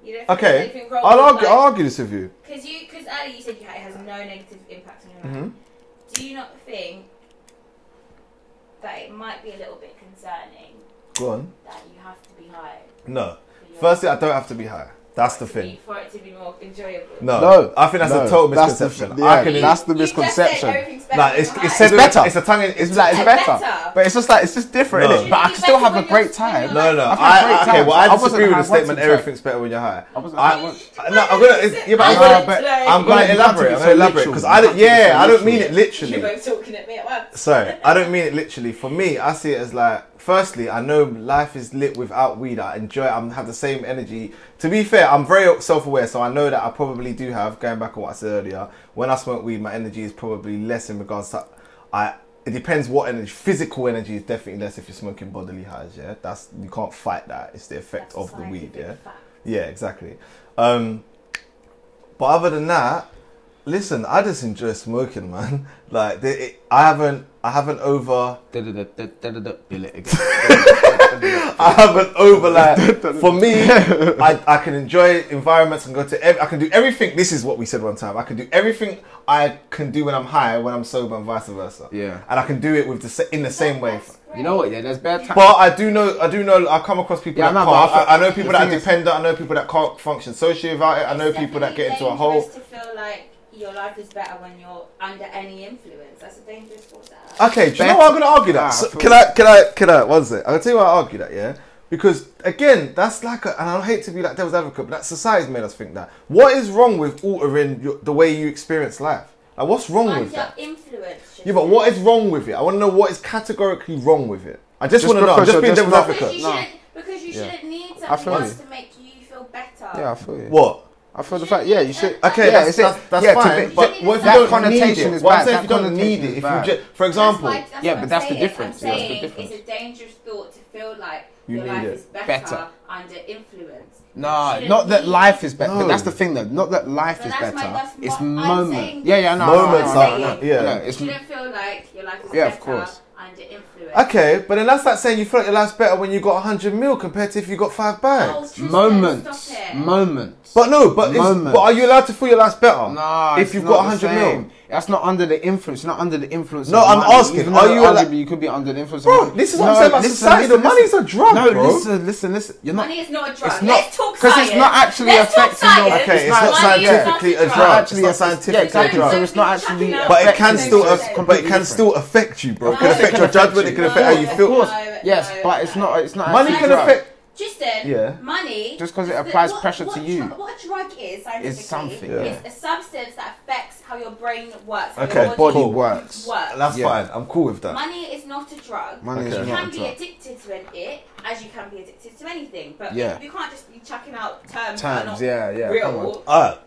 C: You don't think there's
A: okay,
C: anything wrong
A: I'll
C: with
A: argue,
C: like,
A: I'll argue this with you.
C: Because you, because earlier you said you- it has no negative impact on your life.
A: Mhm.
C: Do you not think that it might be a little bit concerning
A: Go on.
C: that you have to be high?
A: No.
C: for your-
A: Firstly, I don't have to be high. That's the
C: to be-
A: thing.
C: for it to be more enjoyable.
A: No,
B: No,
A: I think that's
B: no,
A: a total
B: that's the-
A: misconception.
B: yeah,
A: I can,
B: that's the
C: You just said
B: misconception.
C: everything's better
A: nah,
C: when
A: it's,
C: you're
A: it's,
C: high.
A: it's
B: It's better.
A: better. It's a tongue. in-
B: <laughs>
A: It's like
B: it's
A: it's
B: better.
C: better.
B: But it's just like, it's just different,
A: No.
B: innit? But I
C: You'd
B: can
C: be
B: still
C: better
B: have a
C: when you're-
B: great time.
C: when
A: No, no. I,
B: I've had great
A: I- okay,
B: times.
A: well,
B: I
A: I
B: wasn't
A: disagree with
B: high
A: the statement.
B: once in
A: Everything's better when you're high.
B: I wasn't
A: I-
B: high once.
A: I- No, I'm gonna. it's- Yeah, but I'm
B: Why
A: gonna.
B: would you
C: say-
A: I'm
B: Why would
A: gonna
B: you
A: elaborate. I'm
B: have to
A: gonna
B: be so
A: elaborate
B: literal?
A: because I don't.
B: You have to be
A: Yeah,
B: so
A: I don't mean it
B: literal.
C: You're
A: literally.
C: both talking at me at
A: <laughs>
C: once.
A: Sorry, I don't mean it literally. For me, I see it as like, firstly, I know life is lit without weed. I enjoy it. I have the same energy. To be fair, I'm very self aware, so I know that I probably do have, going back on what I said earlier, when I smoke weed, my energy is probably less in regards to. I. It depends what energy. Physical energy is definitely less if you're smoking bodily highs, yeah? That's. You can't fight that. It's the effect of
C: That's
A: the weed,
C: scientific
A: yeah?
C: fact.
A: Yeah, exactly. Um, but other than that, Listen, I just enjoy smoking, man. <laughs> Like, they, it, I haven't, I haven't over, <laughs>
E: Bill it again.
A: I haven't
E: <laughs>
A: over. Like, for me, I, I can enjoy environments and go to. Ev- I can do everything. This is what we said one time. I can do everything I can do when I'm high, when I'm sober, and vice versa.
E: Yeah.
A: And I can do it with the sa- in the same way.
C: That's
E: You know
C: great.
E: what? Yeah, there's bad times.
A: But I do know, I do know, I come across people
E: Yeah, I
A: that
E: know, but
A: can't.
E: I-
A: I, I know people
E: the
A: that are
E: thing is-
A: dependent. I know people that can't function socially without it. I know
C: It's
A: people that get into
C: definitely
A: a hole.
C: dangerous To feel like your life is better when you're under any influence. That's a dangerous thought. to have.
A: Okay, do you know
B: Bet-
A: what I'm going to argue
B: Ah,
A: that? So-
B: I thought-
A: can I, can I, can I, one sec. I'll tell you why I argue that, yeah? Because, again, that's like a, and I hate to be like devil's advocate, but that society's made us think that. What is wrong with altering your, the way you experience life? Like, what's wrong
C: Under
A: with that?
C: influence.
A: Yeah, but what is wrong with it? I want to know what is categorically wrong with it. I just,
B: Just
A: want to know. I'm just
B: because you're
A: being
B: just
A: devil's
B: not-
C: Because
A: advocate.
C: you
B: No.
C: shouldn't, because you
A: Yeah.
C: shouldn't need
B: I
C: something
B: feel
C: else
B: you.
C: to make you feel better.
B: Yeah, I feel you.
A: What?
B: I feel the
C: shouldn't
B: fact.
C: need
B: Yeah, you should.
C: that.
A: Okay,
B: Yeah,
A: that's,
B: it's it.
A: that's, that's
B: Yeah, to
A: fine.
B: be-
A: but what if you
C: that
A: don't need
B: connotation
A: it?
B: is
A: What I'm
B: bad.
A: saying if
B: That
A: you don't need
B: connotation
A: it,
B: is
A: if you
B: bad.
A: just, for
C: That's
A: example,
C: why- that's
E: Yeah,
C: what
E: but
C: I'm
E: that's the
C: saying.
E: difference.
C: I'm
E: That's the
C: saying
E: difference.
C: It's a dangerous thought to feel like
A: You
C: your
A: need
C: life
A: it.
C: is better,
E: Better.
C: under influence. You
E: Nah,
C: shouldn't
B: Not that
C: need-
B: life is better.
A: No.
B: But that's the thing, though. Not that life
C: But
B: is
C: that's my-
B: better.
C: that's
E: It's
C: what I'm
E: moment.
C: saying.
B: Yeah, yeah, no, no,
A: moments
B: no, no,
A: are
B: no,
A: not.
B: no.
A: Yeah.
B: No,
C: You
B: it's
C: shouldn't feel like your life is
B: Yeah, of
C: better
B: course.
C: under influence.
A: Okay, but then that's like saying you feel like your life's better when you got 100 mil compared to if you got five bags.
C: Oh, Tristan,
E: moments,
C: Stop it.
E: moments.
A: But no, but it's,
E: Moments.
A: but are you allowed to feel your life's better?
E: nah,
A: if
E: it's
A: you've
E: not
A: got
E: the
A: 100 mil,
E: same. that's not under the influence. You're Not under the influence.
A: No,
E: of
A: I'm
E: money.
A: asking,
E: Even
A: are
E: though
A: you
E: arguably
A: allowed-
E: you could be under the influence. of
A: bro.
E: money.
A: This is what
E: No,
A: I'm saying about
E: listen,
A: society.
E: listen,
A: the
E: listen.
A: money's a drug,
E: No,
A: bro.
E: listen, listen, listen. You're not.
C: Money is not a drug.
A: not-
C: Let's talk
E: 'cause it's
C: science.
E: not actually
C: Let's talk
E: affecting your-
C: science.
A: Okay, it's not
C: Money is
A: scientifically
C: not
A: a drug.
E: drug.
A: It's not scientifically
E: Yeah, exactly.
A: a drug.
E: So it's not actually.
C: But
A: But it
E: affecting
A: can
E: you,
A: still,
E: so it's
A: aff- but it
E: completely
A: can
E: different.
A: still affect you, bro. It
C: No,
A: can
C: it
A: affect
C: can
A: your
E: affect
A: judgment.
E: you.
A: It can affect how you
E: No,
A: feel.
E: Of course.
C: No,
E: Yes,
C: no,
E: but it's
C: no.
E: not. It's not.
A: Money
E: actually
A: can
E: drug.
A: affect.
C: Tristan,
A: Yeah.
C: money.
E: Just 'cause it
C: the-
E: applies
C: what-
E: pressure to
C: what
E: you
C: dru- what drug is scientifically
E: is something.
A: Yeah.
E: yeah.
C: It's a substance that affects how your brain works. how
A: Okay,
C: your
A: body
C: body
B: works.
A: That's
B: Yeah.
A: fine. I'm cool with that.
C: Money is not a drug.
B: Money
A: Okay.
B: is
C: You
A: Yeah,
B: not
C: can
B: a
C: be
B: drug.
C: addicted to an it, as you can be addicted to anything. But
B: Yeah.
C: you can't just be chucking out terms. that are
B: Terms,
C: not
B: yeah, yeah.
C: Real.
B: Come on.
A: Alright,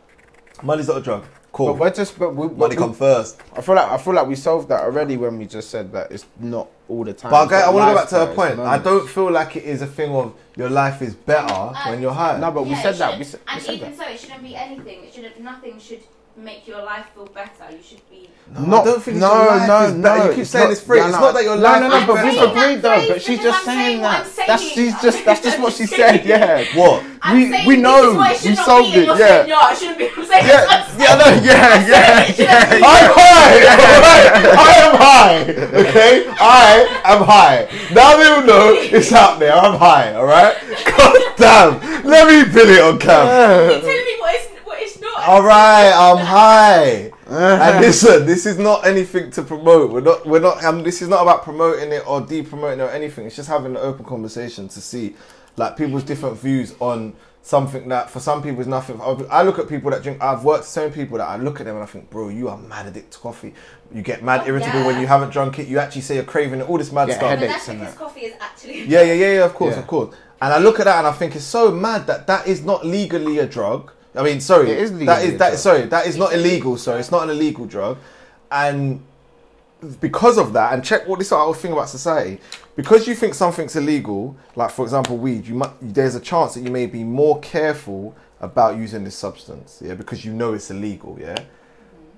A: money's not a drug.
B: But
A: Cool.
B: we're just, but we,
A: Money
B: we-
A: come first.
B: I feel like I feel like we solved that already when we just said that it's not all the time.
A: But
B: It's
A: okay, I
B: not
A: want to go
B: life,
A: back to her
B: though,
A: point.
B: it's
A: I
B: moments.
A: don't feel like it is a thing of your life is better when you're high.
B: No, but we
C: Yeah,
B: said
C: it
B: that. We,
C: shouldn't-
B: said- we
C: and
B: said
C: even
B: that.
C: so, it shouldn't be anything. It shouldn't. Nothing should make your life feel better. You should be.
A: No, I don't think it's your life is better. You keep
B: it's
A: saying
B: not-
A: it's free.
B: yeah,
A: It's not that your
B: no,
A: life
B: No, no,
A: is
B: no. But
A: better.
B: we've
A: I'm
C: saying
B: agreed
C: that
B: though.
C: phrase
B: But she's
C: because
B: just
C: I'm
B: saying
C: saying what
B: that.
C: I'm
B: That's
C: saying.
B: she's just that's just
C: <laughs>
B: what she said. Yeah.
A: What?
C: I'm
B: We-
C: saying
B: we
C: this
B: know.
C: is what it should
B: We
C: not
B: solved
C: be, and
B: it,
C: you're
B: yeah.
C: saying, No, it shouldn't be. I'm saying
B: Yeah, yeah, no, yeah, yeah, yeah.
A: I'm high. alright? I am high. Okay, I am high. Now they will know it's out there. I'm high. All right. God damn. Let me pin it on
C: <laughs>
A: cam.
C: <laughs> You're telling me what it's, what it's not.
A: All right, I'm high.
B: <laughs>
A: And listen, this is not anything to promote. We're not. We're not. Um, this is not about promoting it or de-promoting it or anything. It's just having an open conversation to see, like, people's different views on something that for some people is nothing. For other- I look at people that drink. I've worked with so many people that I look at them and I think, bro, you are mad addicted to coffee. You get mad
C: Oh,
A: irritable
C: yeah.
A: when you haven't drunk it. You actually say you're craving it. All this mad
B: Get
A: stuff.
C: But
B: headaches
C: that's
B: and
C: because
B: that.
C: coffee is actually.
A: Yeah, yeah, yeah, yeah. Of course,
B: Yeah.
A: of course. And I look at that and I think it's so mad that that is not legally a drug. I mean, sorry,
B: It is
A: that
B: legally
A: is
B: a
A: that.
B: drug.
A: Sorry, that is not illegal. Sorry, it's not an illegal drug, and because of that, and check what this whole thing about society. Because you think something's illegal, like for example weed, you might there's a chance that you may be more careful about using this substance, yeah, because you know it's illegal, yeah.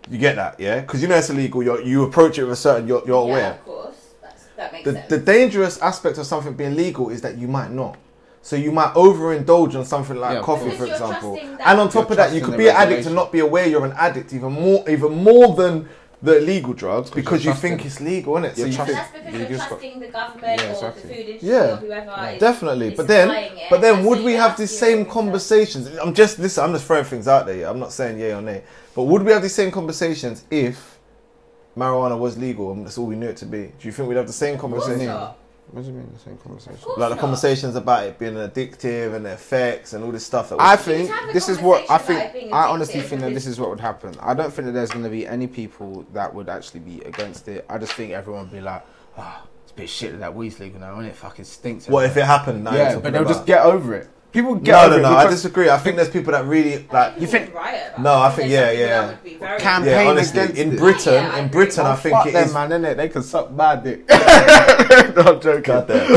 A: You get that, yeah, because you know it's illegal. You you approach it with a certain, you're, you're
C: Yeah,
A: aware
C: of course. That's, that makes
A: the,
C: sense.
A: the dangerous aspect of something being legal is that you might not. So you might overindulge on something like
B: Yeah, of
A: coffee,
C: course.
A: for
C: Because you're
A: example.
C: trusting that-
A: And on top
B: You're
A: of that, you
B: trusting
A: could
B: the
A: be an addict and
B: regulation.
A: not be aware you're an addict, even more, even more than the illegal drugs, because you
B: you're
A: think
B: trusting-
A: it's legal, isn't it? So
B: you're
A: you
B: trusting-
A: think,
C: That's because
B: You
C: you're
B: just-
C: trusting the government
B: Yeah,
C: or the
B: exactly.
C: food industry
A: Yeah,
C: or whoever is.
A: definitely.
C: is
A: But then,
C: supplying it,
A: but then,
C: and
A: would
C: so
A: we
C: you
A: have
C: have
A: these
C: to-
A: same conversations? I'm just listen. I'm just throwing things out there. Yeah? I'm not saying yay or nay. But would we have these same conversations if marijuana was legal and that's all we knew it to be? Do you think we'd have the same
C: Of course
A: conversations?
C: not.
B: What do you mean the same conversation?
C: Of course
A: like the
C: not.
A: conversations about it being addictive and the effects and all this stuff that
B: I
A: was,
B: think
C: You can have a
B: this is what I
C: conversation about
B: think.
C: it being
B: I honestly
C: addictive
B: think that
C: because-
B: this is what would happen. I don't think that there's going to be any people that would actually be against it. I just think everyone would be like, ah, it's a bit shit that weed's legal now, and it fucking stinks.
A: what if it happened now you're
B: Yeah,
A: talking
B: but they'll
A: about?
B: just get over it. people get
A: No,
B: over
A: no,
B: it
A: no. I
B: because-
A: disagree. I think there's people that really like.
B: You
C: people
B: think-
C: would riot about
A: No, I
C: it.
A: think-
C: There's
A: yeah,
C: some people
A: yeah.
C: that would be very-
B: Cam-
A: Yeah,
B: Campaign
A: honestly,
B: against
A: in
B: it.
A: Britain,
C: Yeah, I
A: in
C: agree.
A: Britain, I
C: Oh,
A: think it
E: them,
A: is.
E: man, innit? They can suck my
A: <laughs>
E: dick.
B: <laughs> no, I'm joking.
A: God damn.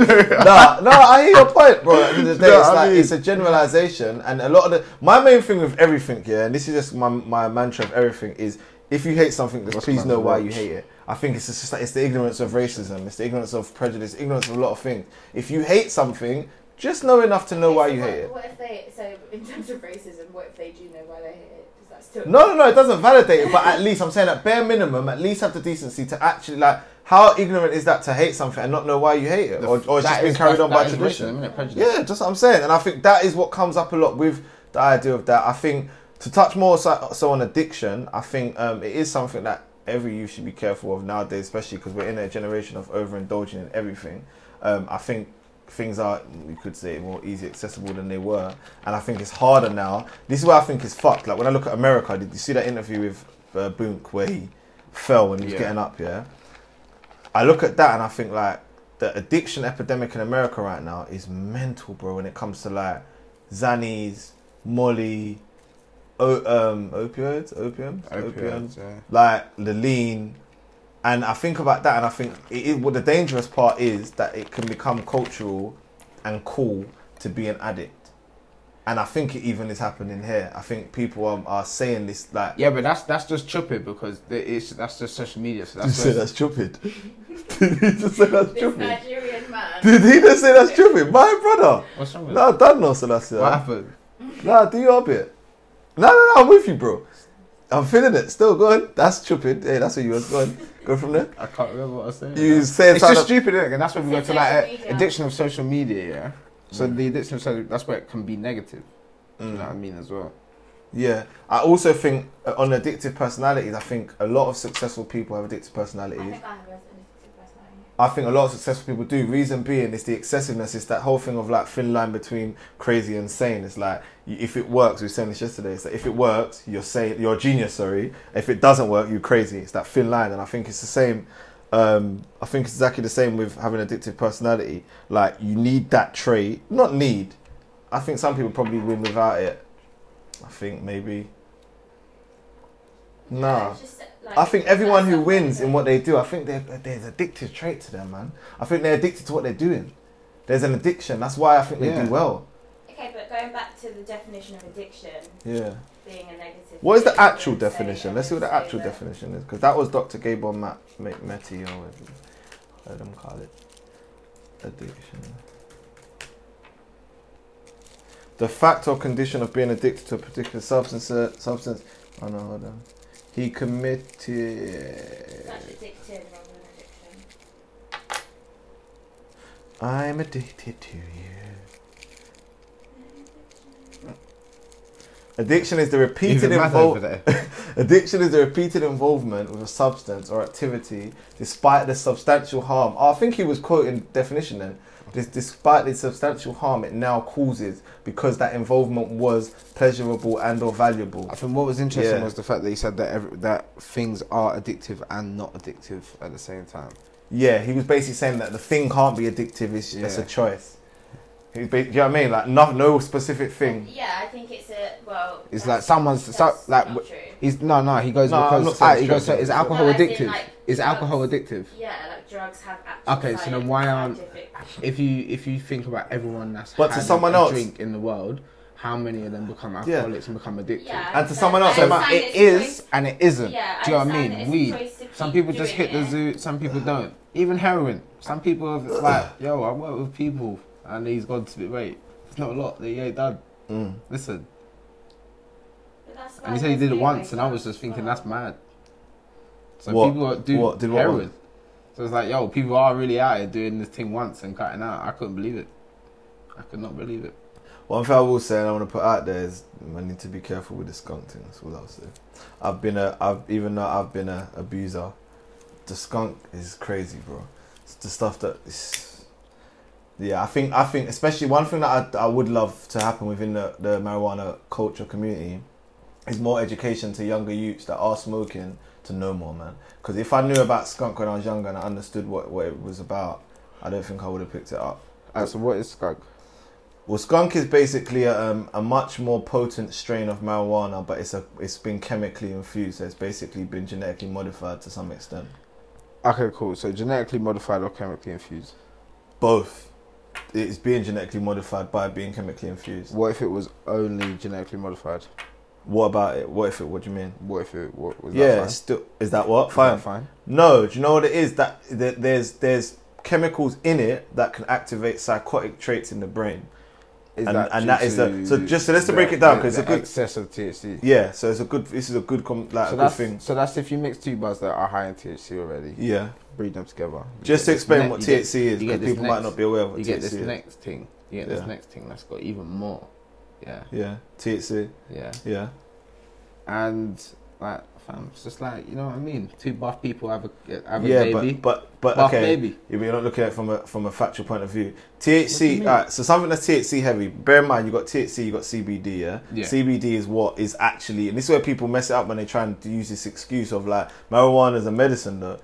A: no, no, I hear your point, bro. At the
E: <laughs>
A: end of the day,
B: No,
A: it's
B: I
A: like
B: mean-
A: it's a generalization, and a lot of the my main thing with everything, yeah, and this is just my my mantra of everything is if you hate something, just
B: What's
A: please
B: mantra?
A: know why you hate it. I think it's just like it's the ignorance of racism, it's the ignorance of prejudice, ignorance of a lot of things. If you hate something, just know enough to know
C: Okay,
A: why
C: so
A: you
C: what,
A: hate it.
C: What if they so in terms of racism? What if they do know why they hate it? Is that still
A: No, no, no, it doesn't validate it, but at least I'm saying at bare minimum, at least have the decency to actually like. How ignorant is that to hate something and not know why you hate it, or, or it's just
E: That
A: been
E: is-
A: carried
E: that-
A: on by
E: that is
A: tradition?
E: racism, innit? Prejudice.
A: Yeah, just what I'm saying, and I think that is what comes up a lot with the idea of that. I think to touch more so, so on addiction, I think um, it is something that every youth should be careful of nowadays, especially because we're in a generation of overindulging in everything. Um, I think things are, you could say, more easily accessible than they were, and I think it's harder now. This is where I think is fucked. Like when I look at America, did you see that interview with uh, Boonk where he fell when he was
B: Yeah.
A: getting up? Yeah. I look at that and I think like the addiction epidemic in America right now is mental, bro. When it comes to like Xannies, Molly, o- um, opioids, opium, opium,
B: Opioids, yeah.
A: like the lean. And I think about that, and I think it, it, what the dangerous part is that it can become cultural and cool to be an addict. And I think it even is happening here. I think people are, are saying this like,
E: Yeah, but that's that's just tripping because the- it's that's just social media. So
A: you <laughs>
E: that's
A: say
E: just,
A: that's stupid. Did he just say that's
C: this
A: stupid?
C: Nigerian man?
A: Did he just say that's stupid? My brother.
E: what's wrong with
A: Nah, dad knows that.
E: that? What happened?
A: Nah, do your bit. Nah, nah, nah, I'm with you, bro. I'm feeling it. Still, go on. That's stupid. Hey, that's what you was going. Go from there.
E: I can't remember what I was saying.
A: You say
E: it's just
A: something.
E: stupid, innit? and that's where we go to like
C: Social
E: uh,
C: media.
E: addiction of social media. Yeah, so
A: Mm.
E: the addiction of social that's where it can be negative. You know what I
A: Mm.
E: mean as well.
A: Yeah, I also think uh, on addictive personalities. I think a lot of successful people have addictive
C: I
A: personalities.
C: think I have an addictive personality.
A: I think a lot of successful people do. Reason being is the excessiveness. It's that whole thing of like thin line between crazy and sane. It's like you- if it works, we were saying this yesterday. It's like if it works, you're sane, you're a genius. Sorry, if it doesn't work, you're crazy. It's that thin line, and I think it's the same. Um, I think it's exactly the same with having addictive personality. Like you need that trait, not need. I think some people probably win without it. I think maybe. Nah.
C: Yeah, it's just, like,
A: I think everyone who
C: that's
A: wins in
C: something
A: what they do, I think they're, there's an addictive trait to them, man. I think they're addicted to what they're doing. There's an addiction. That's why I think they
E: Yeah.
A: do well.
C: that- Okay, but going back to the definition of addiction
A: Yeah.
C: being a negative.
A: What is the
C: thing, I
A: actual
C: would say-
A: definition?
C: I
A: Let's see
C: would
A: what the
C: say
A: actual
C: that-
A: definition is, because that was Dr. Gabor Mat- Met- Meti, or whatever let them call it. Addiction. The fact or condition of being addicted to a particular substance. Uh, substance. Oh no, hold on. He committed.
C: That's addictive rather than addiction.
A: I'm addicted to you. Addiction is the repeated involvement. Addiction is the repeated involvement with a substance or activity despite the substantial harm. I think he was quoting definition then. This, despite the substantial harm it now causes because that involvement was pleasurable and or valuable.
B: I think what was interesting
A: Yeah.
B: was the fact that he said that every, that things are addictive and not addictive at the same time.
A: Yeah, he was basically saying that the thing can't be addictive. It's, it's a
B: Yeah.
A: choice. He was ba- do you know what I mean? Like no, no specific thing.
C: Yeah, I think it's a well.
B: It's
C: that's-
B: like someone's- so-
C: that's
B: like,
C: not
B: w-
C: true.
B: He's no, no. He goes
A: No, I'm not
B: because
A: saying
B: ah,
A: it's
B: he goes. So
A: true.
B: is alcohol
C: No, as in,
B: addictive?
C: like,
B: is
C: drugs-
B: alcohol addictive?
C: Yeah, like drugs have actual.
E: Okay, so then why aren't- If you if you think about everyone that's
A: But to
E: had
A: someone
E: a
A: else-
E: drink in the world, how many of them become
A: Yeah.
E: alcoholics and become addicted?
A: And to someone else,
E: So
A: I
E: it is and it isn't.
C: Yeah,
E: Do you know what I
C: understand
E: mean?
C: it's
E: Weed.
C: a choice to
E: Some
C: keep
E: people just
C: doing
E: hit the
C: it.
E: zoo. Some people don't. Even heroin. Some people have like, yo, I work with people, and he's gone to the rate. It's not a lot. They ain't done.
A: Mm.
E: Listen.
C: But that's why
E: And he said he
C: there's
E: did it
C: no
E: once, and I
C: way
E: was just thinking
C: well.
E: that's mad. So
A: What-
E: people do
A: what- did what
E: heroin.
A: one?
E: So it's like, yo, people are really out here doing this thing once and cutting out. I couldn't believe it. I could not believe it.
A: One thing I will say, and I want to put out there, is I need to be careful with the skunk thing. That's all I'll say. I've been a, I've even though I've been a abuser, the skunk is crazy, bro. It's the stuff that, it's, yeah, I think I think especially one thing that I, I would love to happen within the, the marijuana culture community is more education to younger youths that are smoking to know more, man. Because if I knew about skunk when I was younger and I understood what, what it was about, I don't think I would have picked it up.
B: Ah, so what is skunk?
A: Well, skunk is basically a, um, a much more potent strain of marijuana, but it's a it's been chemically infused. So it's basically been genetically modified to some extent.
B: Okay, cool. So genetically modified or chemically infused.
A: Both, it's being genetically modified by being chemically infused.
B: What if it was only genetically modified?
A: What about it? What if it? What do you mean?
B: What if it what, was
A: yeah,
B: that fine?
A: it's still is that what
B: Was
A: fine?
B: that fine.
A: No, do you know what it is? That, that there's there's chemicals in it that can activate psychotic traits in the brain.
B: Is
A: And- and
B: due
A: that is the-
B: to
A: so just- so let's
B: the-
A: break it down,
B: the-
A: 'cause
B: the
A: it's a good-
B: excess of THC.
A: Yeah, so it's a good. This is a good com- like
B: so
A: a good
B: that's
A: thing.
B: so that's if you mix two buds that are high in THC already,
A: Yeah,
B: breed them together. You
A: just to
B: get
A: explain
E: neck-
A: what
E: you
A: THC
E: get-
A: is,
E: you get
A: because
E: this
A: people might
E: next-
A: not be aware of what
E: You
A: THC
E: get this
A: is.
E: next thing. You get
A: Yeah.
E: this next thing that's got even more. Yeah,
A: Yeah, THC.
E: yeah.
A: Yeah,
E: And like, fam, it's just like you know what I mean. Two buff people have a have a
A: yeah,
E: baby.
A: but but but
E: buff
A: okay.
E: baby.
A: If you're not looking at it from a from a factual point of view,
E: What do you
A: THC.
E: mean?
A: Alright, so something that's THC heavy. Bear in mind, you got THC, you got CBD. Yeah?
E: Yeah.
A: CBD is what is actually, and this is where people mess it up when they try and use this excuse of like marijuana is a medicine. Though,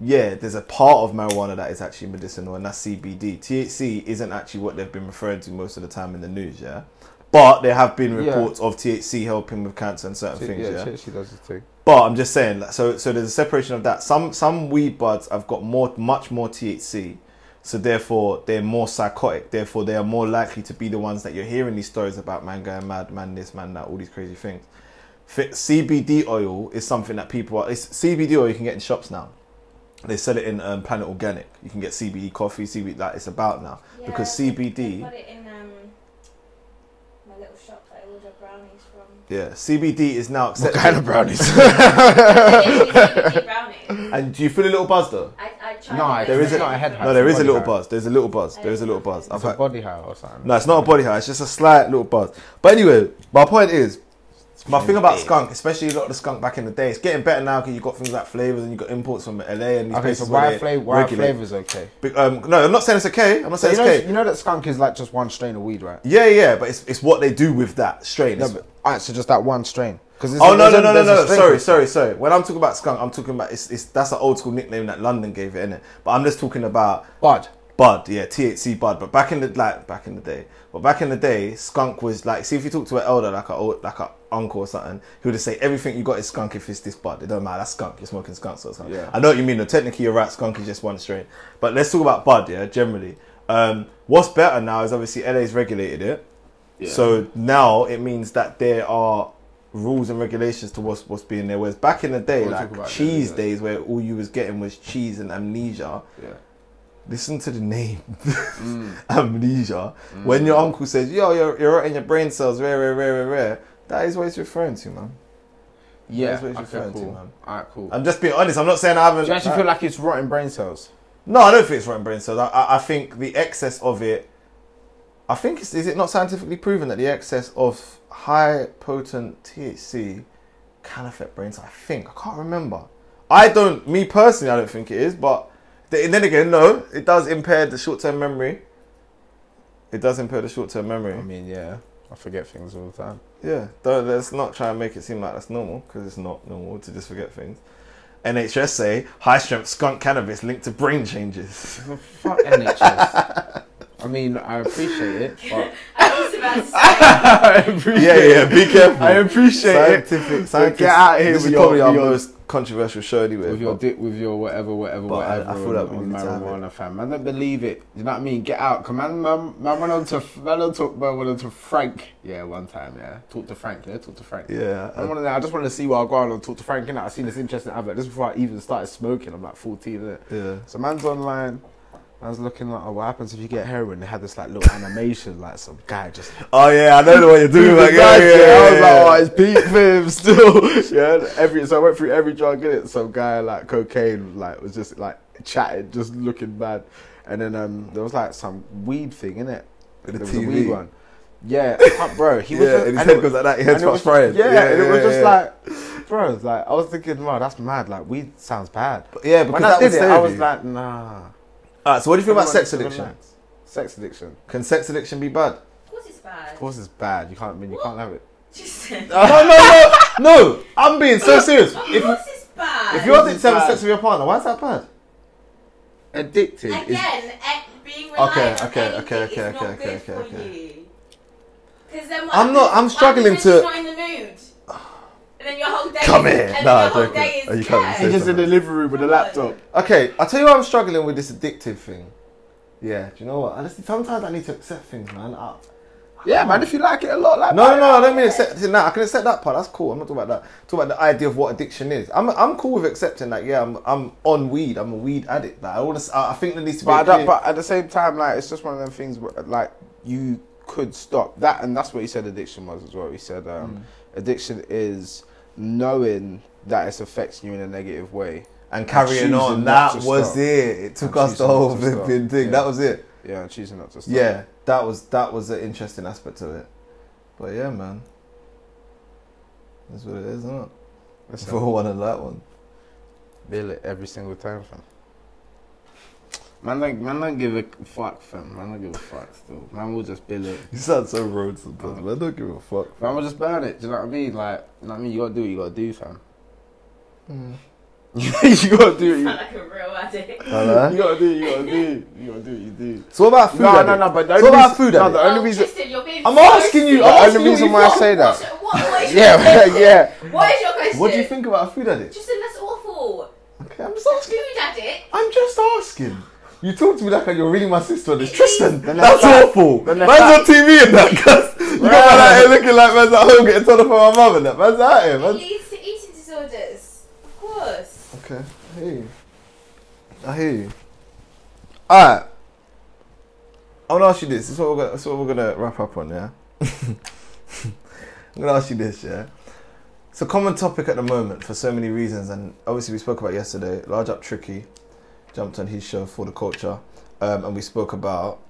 A: yeah, there's a part of marijuana that is actually medicinal, and that's CBD. THC isn't actually what they've been referring to most of the time in the news. Yeah, but there have been
B: Yeah.
A: reports of THC helping with cancer and certain
B: T-
A: uh, things.
B: yeah,
A: yeah?
B: THC does the thing.
A: But I'm just saying, like, so so there's a separation of that. Some some weed buds have got more, much more THC, so therefore they're more psychotic. Therefore, they are more likely to be the ones that you're hearing these stories about man going mad, man this, man that, all these crazy things. Fi- CBD oil is something that people are. It's CBD oil you can get in shops now. They sell it in um, Planet Organic. You can get CBD coffee, CBD that it's about now.
C: Yeah,
A: Because
C: I
A: CBD
C: put it in um, my little shop that I order brownies
A: <laughs>
C: from.
A: Yeah, CBD is now accepted.
B: kind of brownies?
C: CBD brownies.
A: and do you feel a little buzz though?
C: I, I tried
B: No,
C: it
A: there
C: with
A: is a-
C: my
B: not a head
C: friends.
A: No, there is a
B: Body
A: little
B: high.
A: buzz. There's a little buzz. There is a little buzz. I've
B: It's a
A: had,
B: body high or something.
A: No, it's not a body high. It's just a slight little buzz. But anyway, my point is, my thing about skunk, especially a lot of the skunk back in the day, it's getting better now because you've got things like flavors and you've got imports from LA and these
B: Okay, so
A: places where
B: why
A: they
B: flavor? Why
A: regulate.
B: flavor's okay?
A: Be- Um, no, I'm not saying it's okay. I'm not
B: So
A: saying
B: you know,
A: it's okay.
B: you know that skunk is like just one strain of weed, right?
A: Yeah, yeah, but it's, it's what they do with that strain.
B: No,
A: It's-
B: but alright, so just that one strain. Because
A: oh no no no no no! Sorry sorry sorry. When I'm talking about skunk, I'm talking about it's, it's that's an old school nickname that London gave it, innit? But I'm just talking about
B: bud.
A: Bud, yeah, THC Bud. But back in the like back in the day, but back in the day, skunk was like. See, if you talk to an elder, like a old, like a uncle or something, he would just say everything you got is skunk if it's this bud. It don't matter. That's skunk. You're smoking skunk or something.
B: Yeah.
A: I know what you mean. Though. Technically, you're right. Skunk is just one strain. But let's talk about bud. Yeah, generally, um, what's better now is obviously LA's regulated it. So now it means that there are rules and regulations to what's what's being there. Whereas back in the day,
B: We'll talk
A: like
B: about it
A: cheese
B: later.
A: days, where all you was getting was cheese and amnesia.
B: Yeah.
A: Listen to the name <laughs> amnesia. When your uncle says, "Yo, you're you're rotting your brain cells, rare, rare, rare, rare, rare," that is what he's referring to, man.
B: Yeah.
A: That's what it's
B: Okay,
A: referring to,
B: cool.
A: man.
B: Alright, cool. Uh,
A: I'm just being honest. I'm not saying I haven't.
B: Do you actually feel like it's rotting brain cells?
A: no, I don't think it's rotting brain cells. I, I, I think the excess of it. I think it's, is it not scientifically proven that the excess of high potent THC can affect brain cells? I think I can't remember. I don't. Me personally, I don't think it is. But th- then again, no, it does impair the short term memory. It does impair the short term memory.
B: I mean, yeah. I forget things all the time.
A: Yeah, don't, let's not try and make it seem like that's normal because it's not normal to just forget things. NHS say high strength skunk cannabis linked to brain changes. <laughs>
B: <laughs>
E: Fuck NHS. I mean, I appreciate it, but
C: <laughs> I was about
A: <laughs>
C: to say,
B: <laughs> I appreciate
A: yeah, yeah, <laughs> be careful.
B: I appreciate it.
A: scientific, scientific.
B: get out of here
A: This
B: with
A: is
B: your-
A: probably our
B: your-
A: most controversial show anyway.
E: with your
A: but-
E: dick, with your whatever, whatever,
A: But I-
E: whatever.
A: I feel like we
E: on,
A: need to have it.
E: marijuana, fam. Man, don't believe it. You know what I mean? Get out. Come on, man. Man went on to man went on to, man went on to Frank. Yeah, one time. Yeah, talk to Frank. Yeah, talk to Frank.
A: yeah,
E: I,
A: I-
E: wanna, I just want to see what I go on and talk to Frank. And I seen this interesting advert just before I even started smoking. I'm like 14. Innit?
A: yeah.
E: So man's online. Man's looking like, oh, what happens if you get heroin? They had this like little animation, like some guy just.
A: Oh yeah, I know the way you're doing. like, <laughs> yeah,
E: Nice,
A: yeah,
E: yeah.
A: yeah, yeah.
E: I was like, oh, it's Pete Fib
A: <laughs>
E: still. yeah, every so I went through every drug in it. Some guy like cocaine, like was just like chatting, just looking mad. And then um, there was like some weed thing in it.
A: The
E: there was a
A: TV.
E: weed one. Yeah, I can't- bro, he was.
A: yeah,
E: just,
A: and his
E: and
A: head
E: it-
A: goes like that. His
E: and
A: head
E: it
A: starts
E: was-
A: frying.
E: Yeah, and it was just
A: yeah.
E: like, bro, it's like I was thinking, wow, that's mad. Like weed sounds bad.
A: yeah. Because
E: When
A: that
E: I did
A: was
E: it, I was
A: heavy.
E: like, nah.
A: Alright, so what do you feel about
E: Everyone
A: sex
E: needs to
A: addiction?
E: relax. Sex addiction.
A: Can sex addiction be bad?
C: of course it's bad.
E: Of course, it's bad. You can't I mean you can't have it.
A: <laughs>
C: Just,
A: no, no, no, no! I'm being <laughs> so serious.
C: of
A: If
C: course it's bad.
A: If you're addicted
E: is
A: to having
E: bad.
A: sex with your partner, why is that bad?
E: Addicted. is
C: Again, ec- being
A: Okay,
C: reliant
A: okay,
C: on
A: okay, okay,
C: anything is not
A: okay,
C: good
A: okay,
C: for
A: okay.
C: you. Because then what
A: I'm not-
C: happens-
A: I'm
C: what
A: struggling
C: happens if
A: to-
C: she's not in the mood. And then your whole day.
A: Come
C: is,
A: here. Nah,
C: And then your whole
A: joking.
C: day is
A: Oh, you can't
C: cash.
A: say
B: He's just in the living room with a laptop.
A: Okay, I'll tell you why I'm struggling with this addictive thing. Yeah, do you know what? I just, sometimes I need to accept things, man. I,
B: Yeah, man, if you like it a lot, like
A: no, no, no, I don't mean accepting that. I can accept that part. That's cool. I'm not talking about that. Talk about the idea of what addiction is. I'm, I'm cool with accepting that. Yeah, I'm, I'm on weed. I'm a weed addict. Like, I want to. I I think there needs to be.
B: But, I
A: a
B: don't-
A: clear-
B: but at the same time, like it's just one of them things. Where, like you could stop that, and that's what he said. Addiction was as well. He said
A: Mm.
B: um, addiction is knowing that it's affecting you in a negative way.
A: and carrying
B: choosing
A: on.
B: not
A: That
B: to
A: was
B: stop.
A: it. It took
B: And
A: us the
B: choosing not
A: whole
B: to stop.
A: flipping thing.
B: Yeah.
A: That was it.
B: Yeah, and choosing not to stop.
A: Yeah, that was that was an interesting aspect of it. But yeah, man, that's what it is, isn't it?
B: Listen,
A: For one of that one.
B: bill it every single time, fam. Man don't, man don't give a fuck, fam. Man don't give a fuck still. Man will just bill it.
A: You sound so rude sometimes, man. I don't give a fuck.
B: Man will just burn it. Do you know what I mean? Like, you know what I mean? You gotta do what you gotta do, fam.
A: Mm.
B: <laughs> you gotta do what
C: You
B: you
C: sound like a real addict.
A: Hello?
B: <laughs> You gotta do, you gotta do, you gotta do what you do.
A: So what about food?
B: No,
A: addict?
B: no, no, but the
A: It's all
B: only
A: about
B: reason-
A: food,
B: No,
A: innit?
B: the only reason. <laughs>
C: Oh, Tristan, you're being
A: I'm
C: so
A: asking you.
B: The
A: I'm
C: serious.
A: asking
B: only
A: you
B: reason
A: what
B: why I
A: you
B: say
C: What's
B: that.
C: your- What,
A: <laughs>
C: what is your
B: Yeah, <laughs>
C: question?
B: yeah.
C: What is your question?
A: What do you think about a food addict?
C: Tristan, that's awful.
A: Okay, I'm just
C: Food
A: asking.
C: addict.
A: <laughs> I'm just asking. You talk to me like you're really my sister on this. Tristan,
B: Then
A: that's
B: that's that.
A: awful.
B: Then
A: Man's
B: that's
A: on TV and that, cuz. <laughs> You got man out here looking like man's at home getting told off by my mum and that. Man's out here,
C: It
A: man.
C: leads to eating disorders. Of course.
A: Okay, I hear you. I hear you. Alright. I want to ask you this. This is what we're gonna, this is what we're gonna wrap up on, yeah? <laughs> I'm gonna ask you this, yeah? It's a common topic at the moment for so many reasons, and obviously we spoke about yesterday. Large Up Tricky jumped on his show for the culture, um, and we spoke about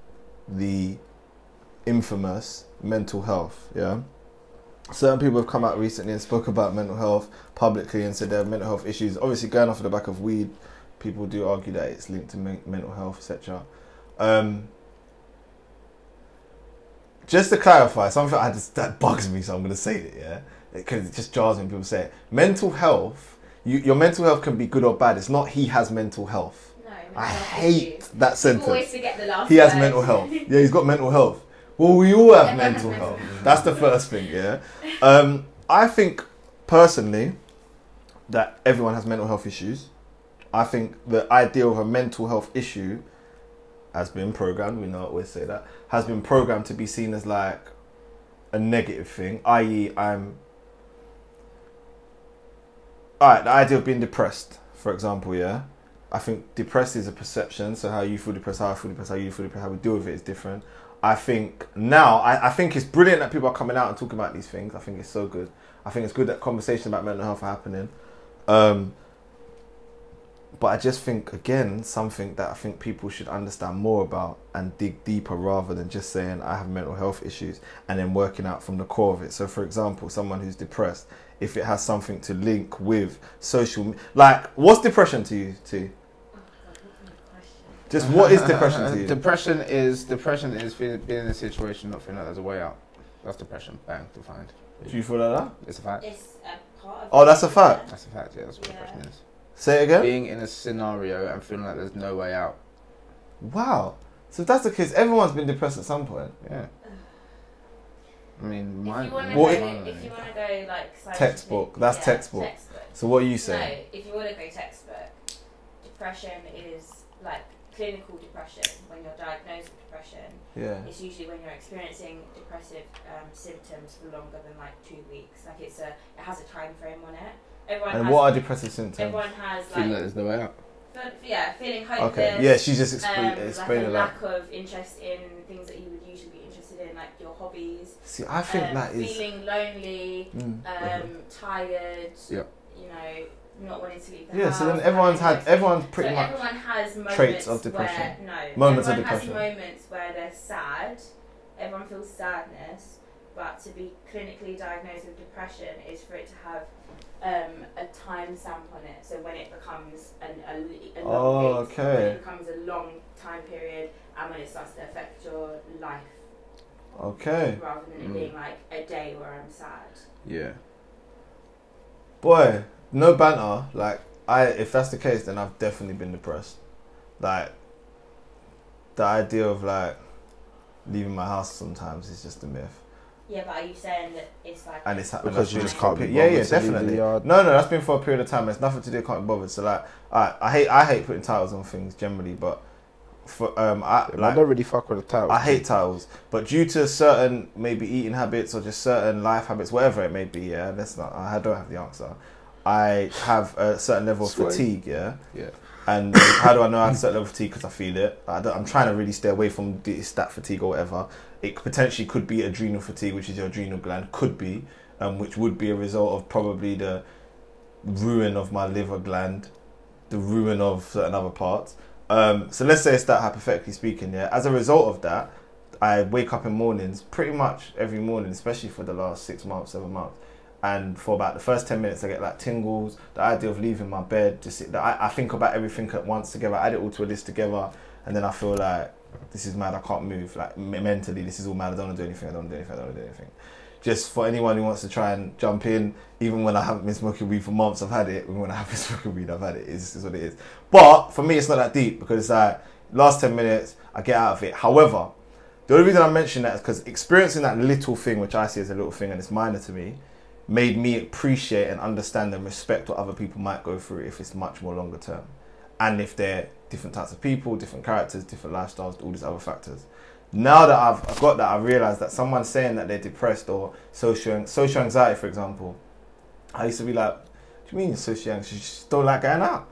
A: the infamous mental health, yeah? Certain people have come out recently and spoke about mental health publicly and said there are mental health issues. Obviously, going off of the back of weed, people do argue that it's linked to men- mental health, etc. Um, just to clarify, something I just, that bugs me, so I'm going to say it, yeah? Because it just jars me when people say it. Mental health, you, your mental health can be good or bad. It's not he has mental health.
C: No. mental
A: I
C: health
A: hate
C: issues.
A: that
C: People
A: sentence
C: Always forget the last Oh,
A: he has
C: word.
A: mental
C: <laughs>
A: health. Yeah, he's got mental health. Well, we all have
C: Everyone has
A: mental
C: mental
A: health. That's the first thing, yeah. Um, I think personally that everyone has mental health issues. I think the idea of a mental health issue has been programmed. We know I always say that has been programmed to be seen as like a negative thing, i.e., I'm. All right, the idea of being depressed, for example, yeah. I think depressed is a perception. So how you feel depressed, how I feel depressed, how you feel depressed, how we deal with it is different. I think now I, I think it's brilliant that people are coming out and talking about these things. I think it's so good. I think it's good that conversation about mental health are happening. Um, but I just think again something that I think people should understand more about and dig deeper rather than just saying I have mental health issues and then working out from the core of it. So for example, someone who's depressed, if it has something to link with social, me- like what's depression to you? To just what is depression
B: <laughs>
A: to you?
B: Uh, Depression is depression is feeling, being in a situation not feeling like there's a way out. That's depression. Bang defined.
A: Do you feel like that?
B: It's a fact.
C: It's a part of
A: Uh, Oh,
C: it.
A: that's a fact.
B: That's a fact. Yeah, that's what depression is.
A: Say it again.
B: Being in a scenario and feeling like there's no way out.
A: Wow. So if that's the case, everyone's been depressed at some point.
B: Yeah. I mean,
C: If
B: mine.
C: you want to go,
A: What-
C: if you want to go like scientific-
A: Textbook. That's
C: yeah,
A: textbook.
C: textbook.
A: So what are you saying?
C: No, if you want to go textbook, depression is like clinical depression when you're diagnosed with depression.
A: Yeah.
C: It's usually when you're experiencing depressive um, symptoms for longer than like two weeks. Like it's a, it has a time frame on it. Everyone
A: And
C: has,
A: what are depressive symptoms?
C: everyone has
B: feeling like
C: like,
B: there's no way out.
C: fe- yeah, feeling hopeless.
A: Okay. Yeah, she's just
C: Um,
A: explain,
C: like a
A: explaining that.
C: lack of interest in things that you would usually be interested in, like your hobbies.
A: See, I think
C: um,
A: that is.
C: feeling lonely,
A: Mm.
C: um, tired.
B: Yeah.
C: You know, not wanting to leave the
A: Yeah.
C: house.
A: So then everyone's had
C: having
A: everyone's
C: those-
A: pretty
C: so
A: much.
C: everyone has moments
A: traits of
C: Where,
A: depression.
C: no,
A: Moments of
C: everyone
A: depression.
C: has moments where they're sad. Everyone feels sadness, but to be clinically diagnosed with depression is for it to have. Um, a time stamp on it, so when it becomes an, a, l- a long
A: Oh,
C: date,
A: okay.
C: when it becomes a long time period, and when it starts to affect your life
A: Okay.
C: rather than it
B: Mm.
C: being like a day where I'm sad.
B: Yeah.
A: Boy, no banter. Like I, if that's the case, then I've definitely been depressed. Like the idea of like leaving my house sometimes is just a myth.
C: Yeah, but are you saying that it's like
A: and it's and
F: Because
A: that's
F: you
A: been
F: just
A: for a
F: can't be
A: pe- Yeah, yeah,
F: bothered to leave the
A: definitely. No,
F: yard.
A: no, that's been for a period of time. It's nothing to do. Can't be bothered. So like, I, I hate, I hate putting titles on things generally, but for um, I
F: Yeah, man, I
A: like,
F: don't really fuck with the title.
A: I hate titles, but due to certain maybe eating habits or just certain life habits, whatever it may be, yeah, that's not. I don't have the answer. I have a certain level of
B: Sway.
A: fatigue, yeah.
B: Yeah.
A: And <coughs> how do I know I have a certain level of fatigue? Because I feel it. I don't, I'm trying to really stay away from this, that fatigue or whatever. It potentially could be adrenal fatigue, which is your adrenal gland, could be, um, which would be a result of probably the ruin of my liver gland, the ruin of certain other parts. Um, so let's say it's that hypothetically speaking, yeah. As a result of that, I wake up in mornings pretty much every morning, especially for the last six months, seven months. And for about the first ten minutes, I get like tingles. The idea of leaving my bed, just sit, I, I think about everything at once together. I add it all to a list together, and then I feel like this is mad. I can't move. Like me- mentally, this is all mad. I don't want to do anything. I don't want to do anything. I don't want to do anything. Just for anyone who wants to try and jump in, even when I haven't been smoking weed for months, I've had it. Even when I have <laughs> been smoking weed, I've had it. It's, it's what it is. But for me, it's not that deep because it's like last 10 minutes, I get out of it. However, the only reason I mention that is because experiencing that little thing, which I see as a little thing and it's minor to me, made me appreciate and understand and respect what other people might go through if it's much more longer term. And if they're different types of people, different characters, different lifestyles, all these other factors. Now that I've got that, I realize that someone saying that they're depressed or social, social anxiety, for example, I used to be like, what do you mean you're social anxious? You just don't like going out.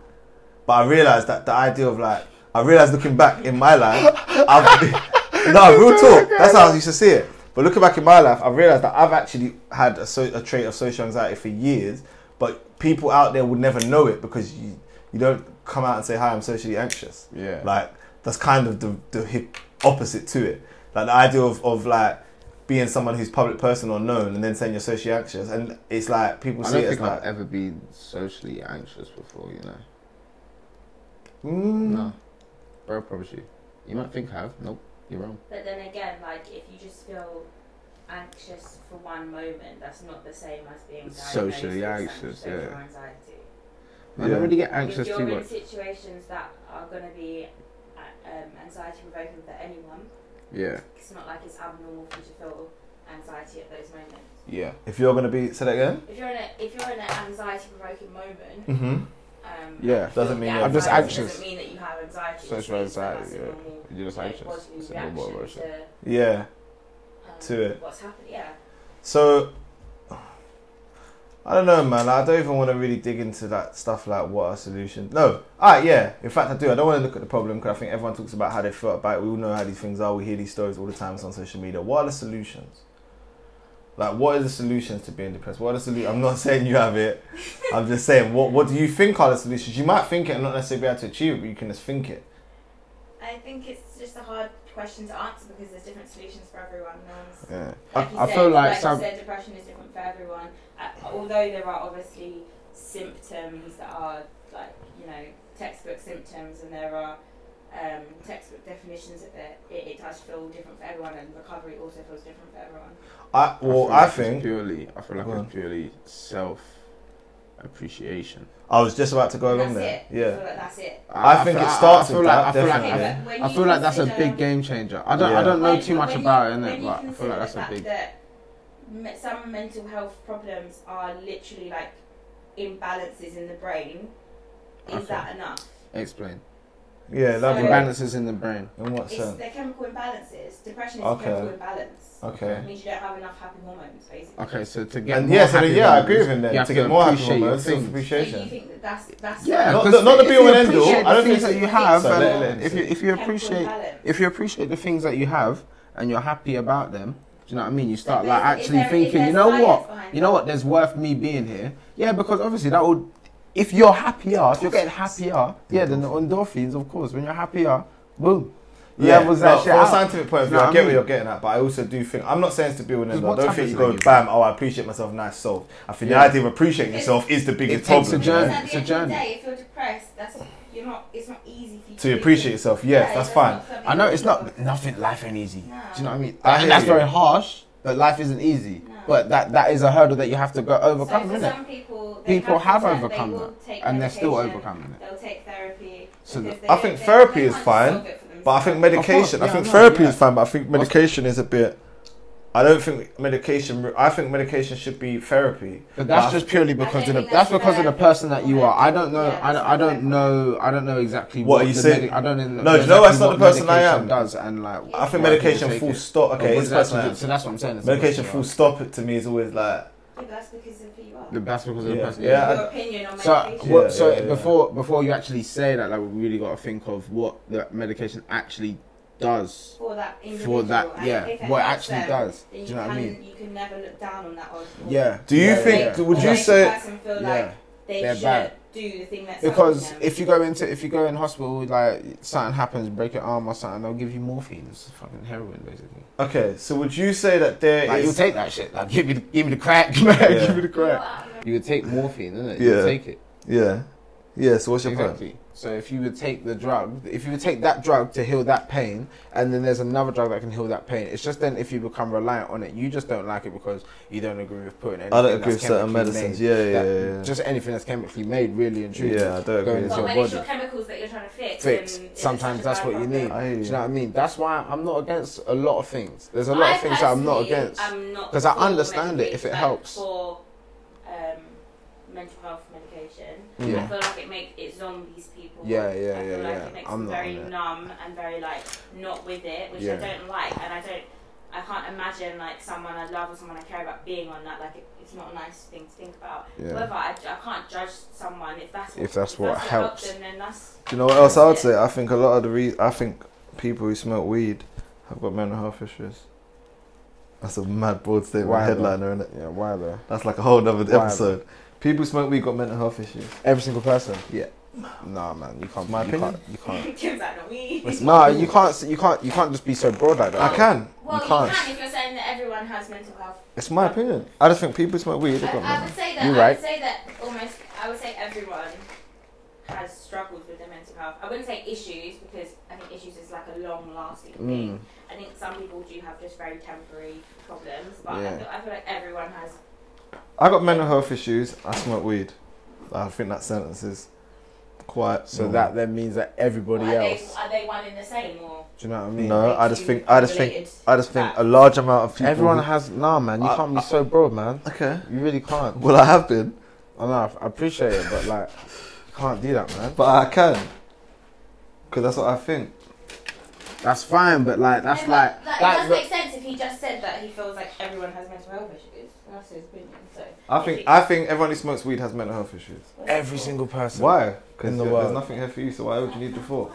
A: But I realized that the idea of like, I realized looking back in my life, I've been, no, real talk. That's how I used to see it. But looking back in my life, I realized that I've actually had a, so, a trait of social anxiety for years. But people out there would never know it because you you don't come out and say, "Hi, I'm socially anxious."
F: Yeah.
A: Like that's kind of the the hip opposite to it. Like the idea of of like being someone who's public person or known, and then saying you're socially anxious, and it's like people
B: I
A: see
B: don't
A: it as
B: think I've
A: like,
B: ever been socially anxious before, you know.
A: mm,
B: No. Bro, I promise you. You might think I have. Nope. You're wrong.
C: But then again, like if you just feel anxious for one moment, that's not the same as being diagnosed
B: Socially
C: with
B: anxious,
C: social
B: yeah.
C: anxiety.
B: I
A: Yeah.
B: don't really get anxious
C: if you're
B: too
C: in
B: much.
C: situations that are going to be uh, um, anxiety provoking for anyone,
B: Yeah.
C: it's not like it's abnormal for you to feel anxiety at those moments.
F: Yeah.
A: If you're gonna be, say that again.
C: If you're in a if you're in an anxiety provoking moment,
A: Mm-hmm.
C: um,
F: Yeah.
A: Doesn't mean
C: the
A: you're- I'm just
C: anxiety
F: anxious.
C: Doesn't mean that you have anxiety. it
F: Social
C: just means that
F: anxiety,
C: that's a
F: yeah.
C: normal,
F: You're just
C: like,
F: anxious.
C: bodily
F: It's a normal
C: reaction
F: emotion.
A: Yeah.
C: To, um,
A: To it.
C: What's happened? Yeah.
A: So I don't know, man. I don't even want to really dig into that stuff like what are solutions. No, ah, yeah. In fact, I do. I don't want to look at the problem because I think everyone talks about how they felt about it. We all know how these things are. We hear these stories all the time. It's on social media. What are the solutions? Like, what are the solutions to being depressed? What are the solutions? I'm not <laughs> saying you have it. I'm just saying, what what do you think are the solutions? You might think it and not necessarily be able to achieve it, but you can just think it.
C: I think it's just a hard question to answer because there's different solutions for everyone. No one's-
A: Yeah.
C: Like you
B: I
C: said,
B: feel like
C: you
B: some-
C: said, depression is different for everyone. Uh, although there are obviously symptoms that are like you know textbook symptoms, and there are um, textbook definitions of it, it. It does feel different for everyone, and recovery also feels different for everyone.
A: I well, I,
B: like it's
A: think
B: purely. I feel like
A: Go on.
B: it's purely self appreciation.
A: I was just about to go
C: And
A: along there.
C: that's it. I
A: Yeah.
C: feel like that's it.
A: I think it starts
B: I feel
A: with
B: like,
A: that,
B: I feel like,
A: definitely.
B: I,
C: but when
B: I
C: you
B: feel like that's a
C: consider-
B: big game changer. I don't.
A: Yeah.
B: I don't know
C: When-
B: too much
C: when
B: about
C: you,
B: it,
C: when
B: innit?
C: you
B: But I feel
C: consider
B: like that's
C: the
B: a
C: fact
B: big.
C: That me- some mental health problems are literally like imbalances in the brain. Is
B: Okay.
C: that enough?
B: Explain.
A: Yeah, that'd be
C: So-
A: bad.
F: Imbalances in the brain.
A: In what
C: It's
A: sense?
C: the chemical imbalances. Depression is
A: Okay.
C: a chemical imbalance.
A: Okay.
C: It means you don't have enough happy hormones, basically.
B: Okay, so to get
A: and
B: more
A: yeah, so
B: happy
A: then, yeah, I
B: moments,
A: agree with him
B: you
A: then.
B: have
A: To get more happy
B: appreciate your
A: moments, self
B: things.
C: So you
A: appreciation.
C: think that that's that's
B: Yeah,
A: Not
B: 'cause
A: the- not the
B: if
A: be all
B: you
A: and end all,
B: appreciate
A: I don't
B: the things
A: think-
B: that you have.
A: So let-
B: and
A: let him
B: if
A: say
B: you
A: it.
B: if you
C: chemical
B: appreciate
C: imbalance.
B: if you appreciate the things that you have and you're happy about them, do you know what I mean? You start
C: But
B: like
C: is- is
B: actually
C: there- is
B: thinking,
C: there
B: you know
C: science
B: what?
C: behind
B: You know
C: that?
B: what? There's worth me being here. Yeah, because obviously that would. If you're happier, if you're getting happier, yeah, then the endorphins, of course. When you're happier, boom,
A: Yeah,
B: levels
A: no,
B: that shit
A: from a
B: out.
A: scientific point of view,
B: You know
A: I
B: what
A: get
B: I
A: what
B: mean?
A: you're getting at, but I also do think I'm not saying it's to be all and end all.
B: Because
A: I
B: what
A: don't
B: time
A: think
B: is
A: you
B: it
A: go
B: you-
A: bam. Oh, I appreciate myself. Nice soul. I think
B: Yeah.
A: the idea of appreciating yourself is the biggest
B: It takes a
A: problem.
B: journey.
A: yeah.
C: At the
B: It's
C: end
B: a
C: of the
B: journey.
C: day, if you're depressed, that's you're not. It's not easy for you
A: To appreciate yourself, yes, that's fine.
B: I know it's not nothing. Life ain't easy. Do you know what I mean?
A: I hear
B: and that's
A: you.
B: very harsh. But life isn't easy.
C: No.
B: But that that is a hurdle that you have to go overcome,
C: So for
B: isn't it?
C: some people, they
B: People have,
C: to-
B: overcome
C: they will
B: that,
C: take
B: and they're still
C: medication,
B: overcoming it.
C: They'll take therapy.
B: So
C: because
A: I
C: they-
A: think
C: they-
A: therapy
C: they
A: is
C: can't
A: fine,
C: solve it for
A: But I think
C: themselves.
A: medication.
B: Of course,
A: I think
B: yeah, I know,
A: therapy
B: yeah.
A: is fine, but I think medication is a bit. I don't think medication. I think medication should be therapy.
B: But that's
A: But-
B: just purely
C: I
B: because
C: don't
B: of the,
C: think
B: that's
C: that's
B: because of the
C: fair.
B: person that you are. I don't know.
C: Yeah,
B: I, don't-
C: that's
B: I don't
C: fair.
B: know. I don't know exactly
A: What are you
B: the
A: saying?
B: medi- I don't know.
A: No, do you know that's not the person I
B: medication
A: am?
B: Does and like
A: I think
B: why people
A: medication
B: take
A: full
B: it.
A: stop.
B: But
A: Okay,
B: what
A: it's
B: does that
A: personal.
B: do? So that's what I'm saying. it's a
A: medication
B: personal-
A: full stop it to me is always like
C: but that's because of who you are.
B: That's because of the
A: Yeah.
B: person.
A: Yeah, I-
C: Your opinion on
B: So,
C: medication.
A: Yeah,
B: what, so
A: yeah, yeah.
B: before before you actually say that, like we really got to think of what that medication actually does
C: for that individual.
B: for that.
C: and
B: Yeah,
C: if it
B: what it
C: helps
B: actually
C: them,
B: does. Do
C: Then you,
B: you know what I
C: can,
B: mean?
C: you can never look down on that or, or
B: Yeah.
A: Do you
B: yeah,
A: think-
B: yeah.
A: would
C: or
A: you
C: make the
A: say-
C: person feel
B: Yeah.
C: like they
B: They're
C: should
B: bad.
C: do the thing that's
B: Because
C: helping them.
B: if you go into if you go in hospital, like something happens, break your arm or something, they'll give you morphine. It's fucking heroin, basically.
A: okay. So would you say that there
B: Like, you'll
A: is-
B: take that shit. Like, give me, the, give me the crack, <laughs> man.
A: Yeah.
B: give me the
C: You're
B: crack.
C: out of your-
B: You would take morphine, innit?
A: Yeah.
B: You'd take it.
A: yeah, yeah. So what's your point?
B: Exactly. So if you would take the drug, if you would take that drug to heal that pain, and then there's another drug that can heal that pain, it's just then if you become reliant on it, you just don't like it because you don't agree with putting anything.
A: I don't agree with
B: that's
A: certain
B: chemically
A: medicines.
B: made-
A: Yeah, yeah,
B: that-
A: yeah. yeah.
B: Just anything that's chemically made, really and truly.
A: yeah, I don't agree.
B: going
A: with
B: into
C: But
A: that.
B: your
C: when
B: body.
C: it's your chemicals that you're trying to fix,
B: Fixed.
C: then it's
B: Sometimes
C: such a
B: that's
C: bad
B: what you
C: problem.
B: need.
A: I-
B: Do you know what I mean? That's why I'm not against a lot of things. There's a lot of things that I'm not against.
C: because
B: 'Cause I understand it if it helps.
C: For um, mental health medication, I
B: Yeah.
C: feel like it makes it zombies people.
B: Yeah, yeah,
C: I feel
B: yeah,
C: like
B: yeah.
C: It makes
B: I'm
C: them
B: not
C: very
B: on it.
C: numb and very like not with it, which I
B: Yeah.
C: don't like, and I don't. I can't imagine like someone I love or someone I care about being on that. Like it, it's not a nice thing to think about.
B: Yeah.
C: However, I, I can't judge someone if that's
B: If that's what helps.
C: them, then that's
A: Do you know what else I would say? I think a lot of the re- I think people who smoke weed have got mental health issues. That's a mad broad statement,
B: Why, though?
A: headliner, isn't it?
B: Yeah, why though?
A: That's like a whole other
B: Why,
A: episode. People who smoke weed got mental health issues.
B: Every single person.
A: Yeah.
B: Nah, man, you can't.
A: My
B: you
A: opinion.
B: Can't, you can't.
C: <laughs> Kim's like not me.
B: No, you can't. You can't. You can't just be so broad like that.
A: I can.
C: Well, you
A: can't.
C: can if you're saying that everyone has mental health
A: It's my opinion. I just think people who smoke weed have got
C: I, I
A: mental.
C: would say that.
B: You're
C: I
B: right.
C: would say that almost. I would say everyone has struggled with their mental health. I wouldn't say issues because I think issues is like a long-lasting
A: Mm.
B: Mm.
C: thing. I think some people do have just very temporary problems, but I,
B: Yeah.
C: feel, I feel like everyone has.
A: I got mental health issues. I smoke weed. I think that sentence is quite.
B: So
A: normal.
B: that then means that everybody
C: Are they,
B: else.
C: are they one in the same or?
B: Do you know what I mean?
A: No, I
C: Are they
A: just
C: two
A: think. I just think.
C: related?
A: I just think a large amount of people.
B: Everyone
A: who-
B: has nah, man. You
A: I-
B: can't be so broad, man.
A: Okay.
B: You really can't.
A: Well, I have been,
B: I know. I appreciate it, but like, you can't do that, man.
A: but I can. Because that's what I think.
B: That's fine, but like, that's
C: No, but
B: like, like,
C: that, it does
B: but-
C: make sense if he just said that he feels like everyone has mental health issues. That's his opinion. So
A: I think. I think everyone who smokes weed has mental health issues.
B: every single person.
A: Why? Because
B: In the
A: there's
B: world.
A: nothing here for you. So why would you need the four?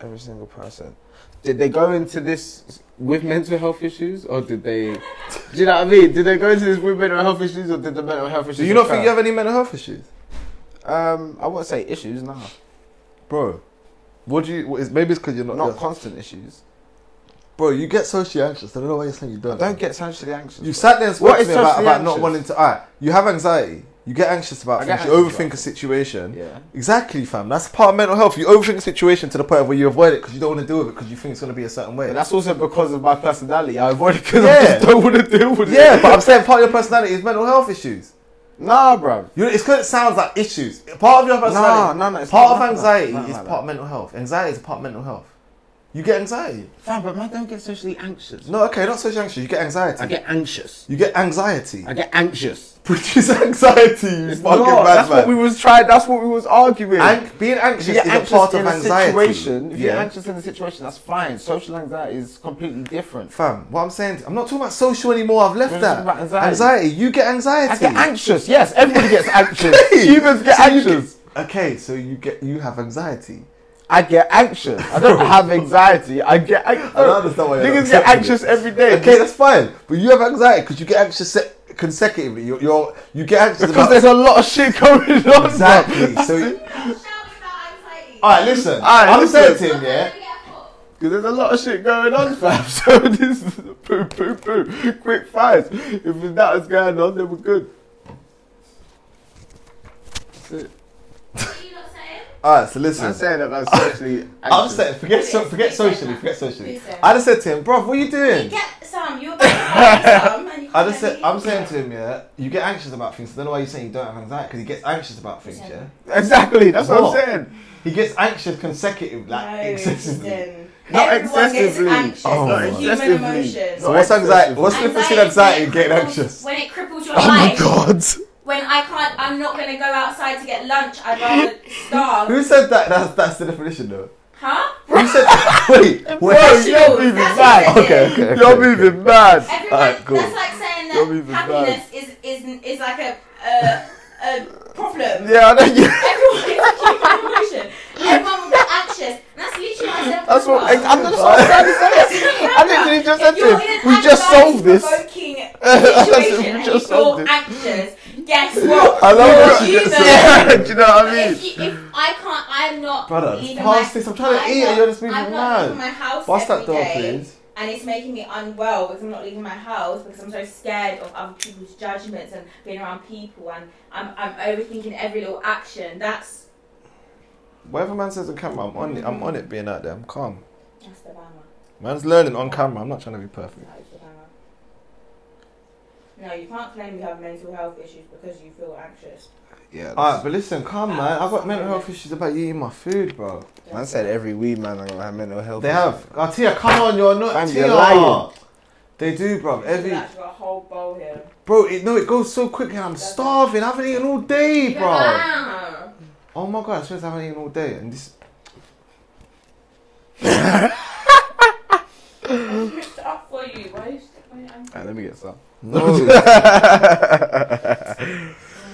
B: Every single person. Did they go into this with mental health issues, or did they? do you know what I mean? Did they go into this with mental health issues, or did the mental health issues?
A: Do you not think you
B: occur?
A: have any mental health issues,
B: Um, I wouldn't say issues. Nah,
A: bro? What do you? what is- Maybe it's because you're not.
B: not
A: just-
B: constant issues.
A: bro, you get socially anxious. I don't know why you're saying you don't.
B: I don't get socially anxious.
A: You sat there and spoke
B: What
A: to
B: is
A: me about,
B: socially
A: about not
B: anxious?
A: wanting to. Alright, you have anxiety. You get anxious about
B: I get
A: things. You
B: anxious
A: overthink
B: about
A: a situation.
B: yeah.
A: Exactly, fam. That's part of mental health. You overthink a situation to the point where you avoid it because you don't want to deal with it because you think it's going to be a certain way.
B: But that's also because of my personality. I avoid it because
A: Yeah.
B: I just don't want to deal with it.
A: yeah, but I'm saying part of your personality is mental health issues.
B: Nah, bruv.
A: You, it's because it sounds like issues. Part of your
B: Nah,
A: personality.
B: nah, nah. it's
A: part
B: not
A: of
B: like that.
A: anxiety
B: Not
A: is
B: like that.
A: part mental health. Anxiety is part mental health. You get anxiety.
B: Fam, but man, don't get socially anxious.
A: No, okay, not social anxious. You get anxiety.
B: I get anxious.
A: you get anxiety. <laughs>
B: I get anxious.
A: Produce anxiety, you fucking
B: No, that's
A: madman.
B: what we was trying. That's what we was arguing.
A: An- being anxious
B: if you're
A: is
B: anxious
A: a part
B: in
A: of anxiety.
B: situation, if you're
A: Yeah.
B: anxious in a situation, that's fine. Social anxiety is completely different.
A: Fam, what I'm saying, I'm not talking about social anymore. I've left
B: We're
A: that.
B: talking about anxiety.
A: You get anxiety.
B: I get anxious. Yes, everybody
A: <laughs>
B: gets anxious. Humans get
A: So you
B: anxious.
A: get- okay, so you get you have anxiety.
B: I get anxious. I
A: <laughs>
B: don't have anxiety. I get anxious.
A: I don't understand why you're not
B: Niggas get
A: accepting
B: anxious
A: it.
B: every day.
A: Okay, that's fine, but you have anxiety because you get anxious se- consecutively. You're, you're you get
B: <laughs>
A: anxious
B: Because
A: about
B: there's a lot of shit going
A: <laughs>
B: on.
A: exactly. so all right, listen.
B: Alright,
A: I'm
B: listen.
A: saying to him, yeah.
B: Because there's a lot of shit going on, fam. <laughs> So this is poo, poo, poo. Quick fires. If that was going on, then we're good.
A: All right, so
B: I'm
A: listen.
B: saying that that's <laughs> actually.
A: I'm saying forget so, forget socially, forget socially. I just said to him, bro, what are you doing?
C: Get some. You're some, and you
A: <laughs> I
C: can't
A: just said,
C: have
A: I'm
C: it.
A: saying to him, yeah, you get anxious about things. I don't know why you're saying you don't have anxiety because he gets anxious about things, yeah.
B: Exactly. That's what,
A: What?
B: I'm saying.
A: He gets anxious consecutively, like <laughs>
C: No,
A: excessively.
C: Justin.
E: Not
C: Everyone gets
E: excessively.
C: anxious.
A: Oh
C: it's a
A: my
C: human
E: Excessively.
C: emotion.
A: So what's anxiety?
E: excessive.
A: What's the difference between anxiety and getting
C: cripples-
A: anxious?
C: When it cripples your
A: Oh my
C: life.
A: god!
C: When I can't, I'm not going to go outside to get lunch.
A: <laughs>
C: I'd rather starve.
A: Who said that? That's that's the definition though.
C: huh?
A: Who said? <laughs> Wait, wait.
C: Professionals,
A: You're moving
C: that's
A: mad.
C: what it
A: Okay,
C: is.
A: okay. okay,
E: You're
A: okay.
E: moving mad.
C: Everyone,
A: Alright, cool.
C: That's like saying
A: Don't even
C: that happiness is, is is like a a, a
A: <laughs>
C: problem.
E: Yeah, I know you.
C: Everyone is a human emotion. Everyone will get anxious. And that's literally what I said.
E: That's what.
C: before.
E: I'm just so sad. I literally just said
C: If
E: to
C: you're
E: him,
C: in an
E: we just solved this. <laughs>
C: anxiety-provoking Situation
E: We
C: and you
E: just
C: feel
E: solved this.
C: anxious. Guess what?
A: <laughs> I love
C: You're
A: that she gets
C: human.
A: so-
E: Yeah, do you know what <laughs> I mean?
C: If, you, if I can't, I'm not.
A: Brother,
C: leaving
A: pass
C: my,
A: this. I'm trying to
C: I'm
A: eat
C: not,
A: and you're just moving
C: I'm not leaving
A: mad.
C: my house
A: Bust that
C: every
A: door,
C: day
A: please.
C: and it's making me unwell because I'm not leaving my house because I'm so scared of other people's judgments and being around people and I'm, I'm overthinking every little action. That's
A: Whatever man says on camera, I'm on it. I'm on it. Being out there, I'm calm.
C: that's the banger.
A: Man's learning on camera. I'm not trying to be perfect.
C: That is the banger. uh, No, you can't claim you have mental health issues because you feel anxious.
E: Yeah.
A: Alright, but listen, calm man. I've got mental health issues about you eating my food, bro.
E: Man said every weed man are gonna have mental health.
A: They have. Oh, Tia, come on, you're not.
E: Fam,
A: Tia.
E: you're lying.
A: They do, bro.
C: Every
A: Every
C: got a whole bowl here.
A: bro, it, no, it goes so quickly. I'm starving. I haven't eaten all day, bro.
C: <laughs> Wow.
A: Oh my god, I swear to God, I haven't eaten all day, and this.
C: I'm ripped up for you. Why are you? Why are you
A: <laughs>
E: Alright, let me get some.
A: No.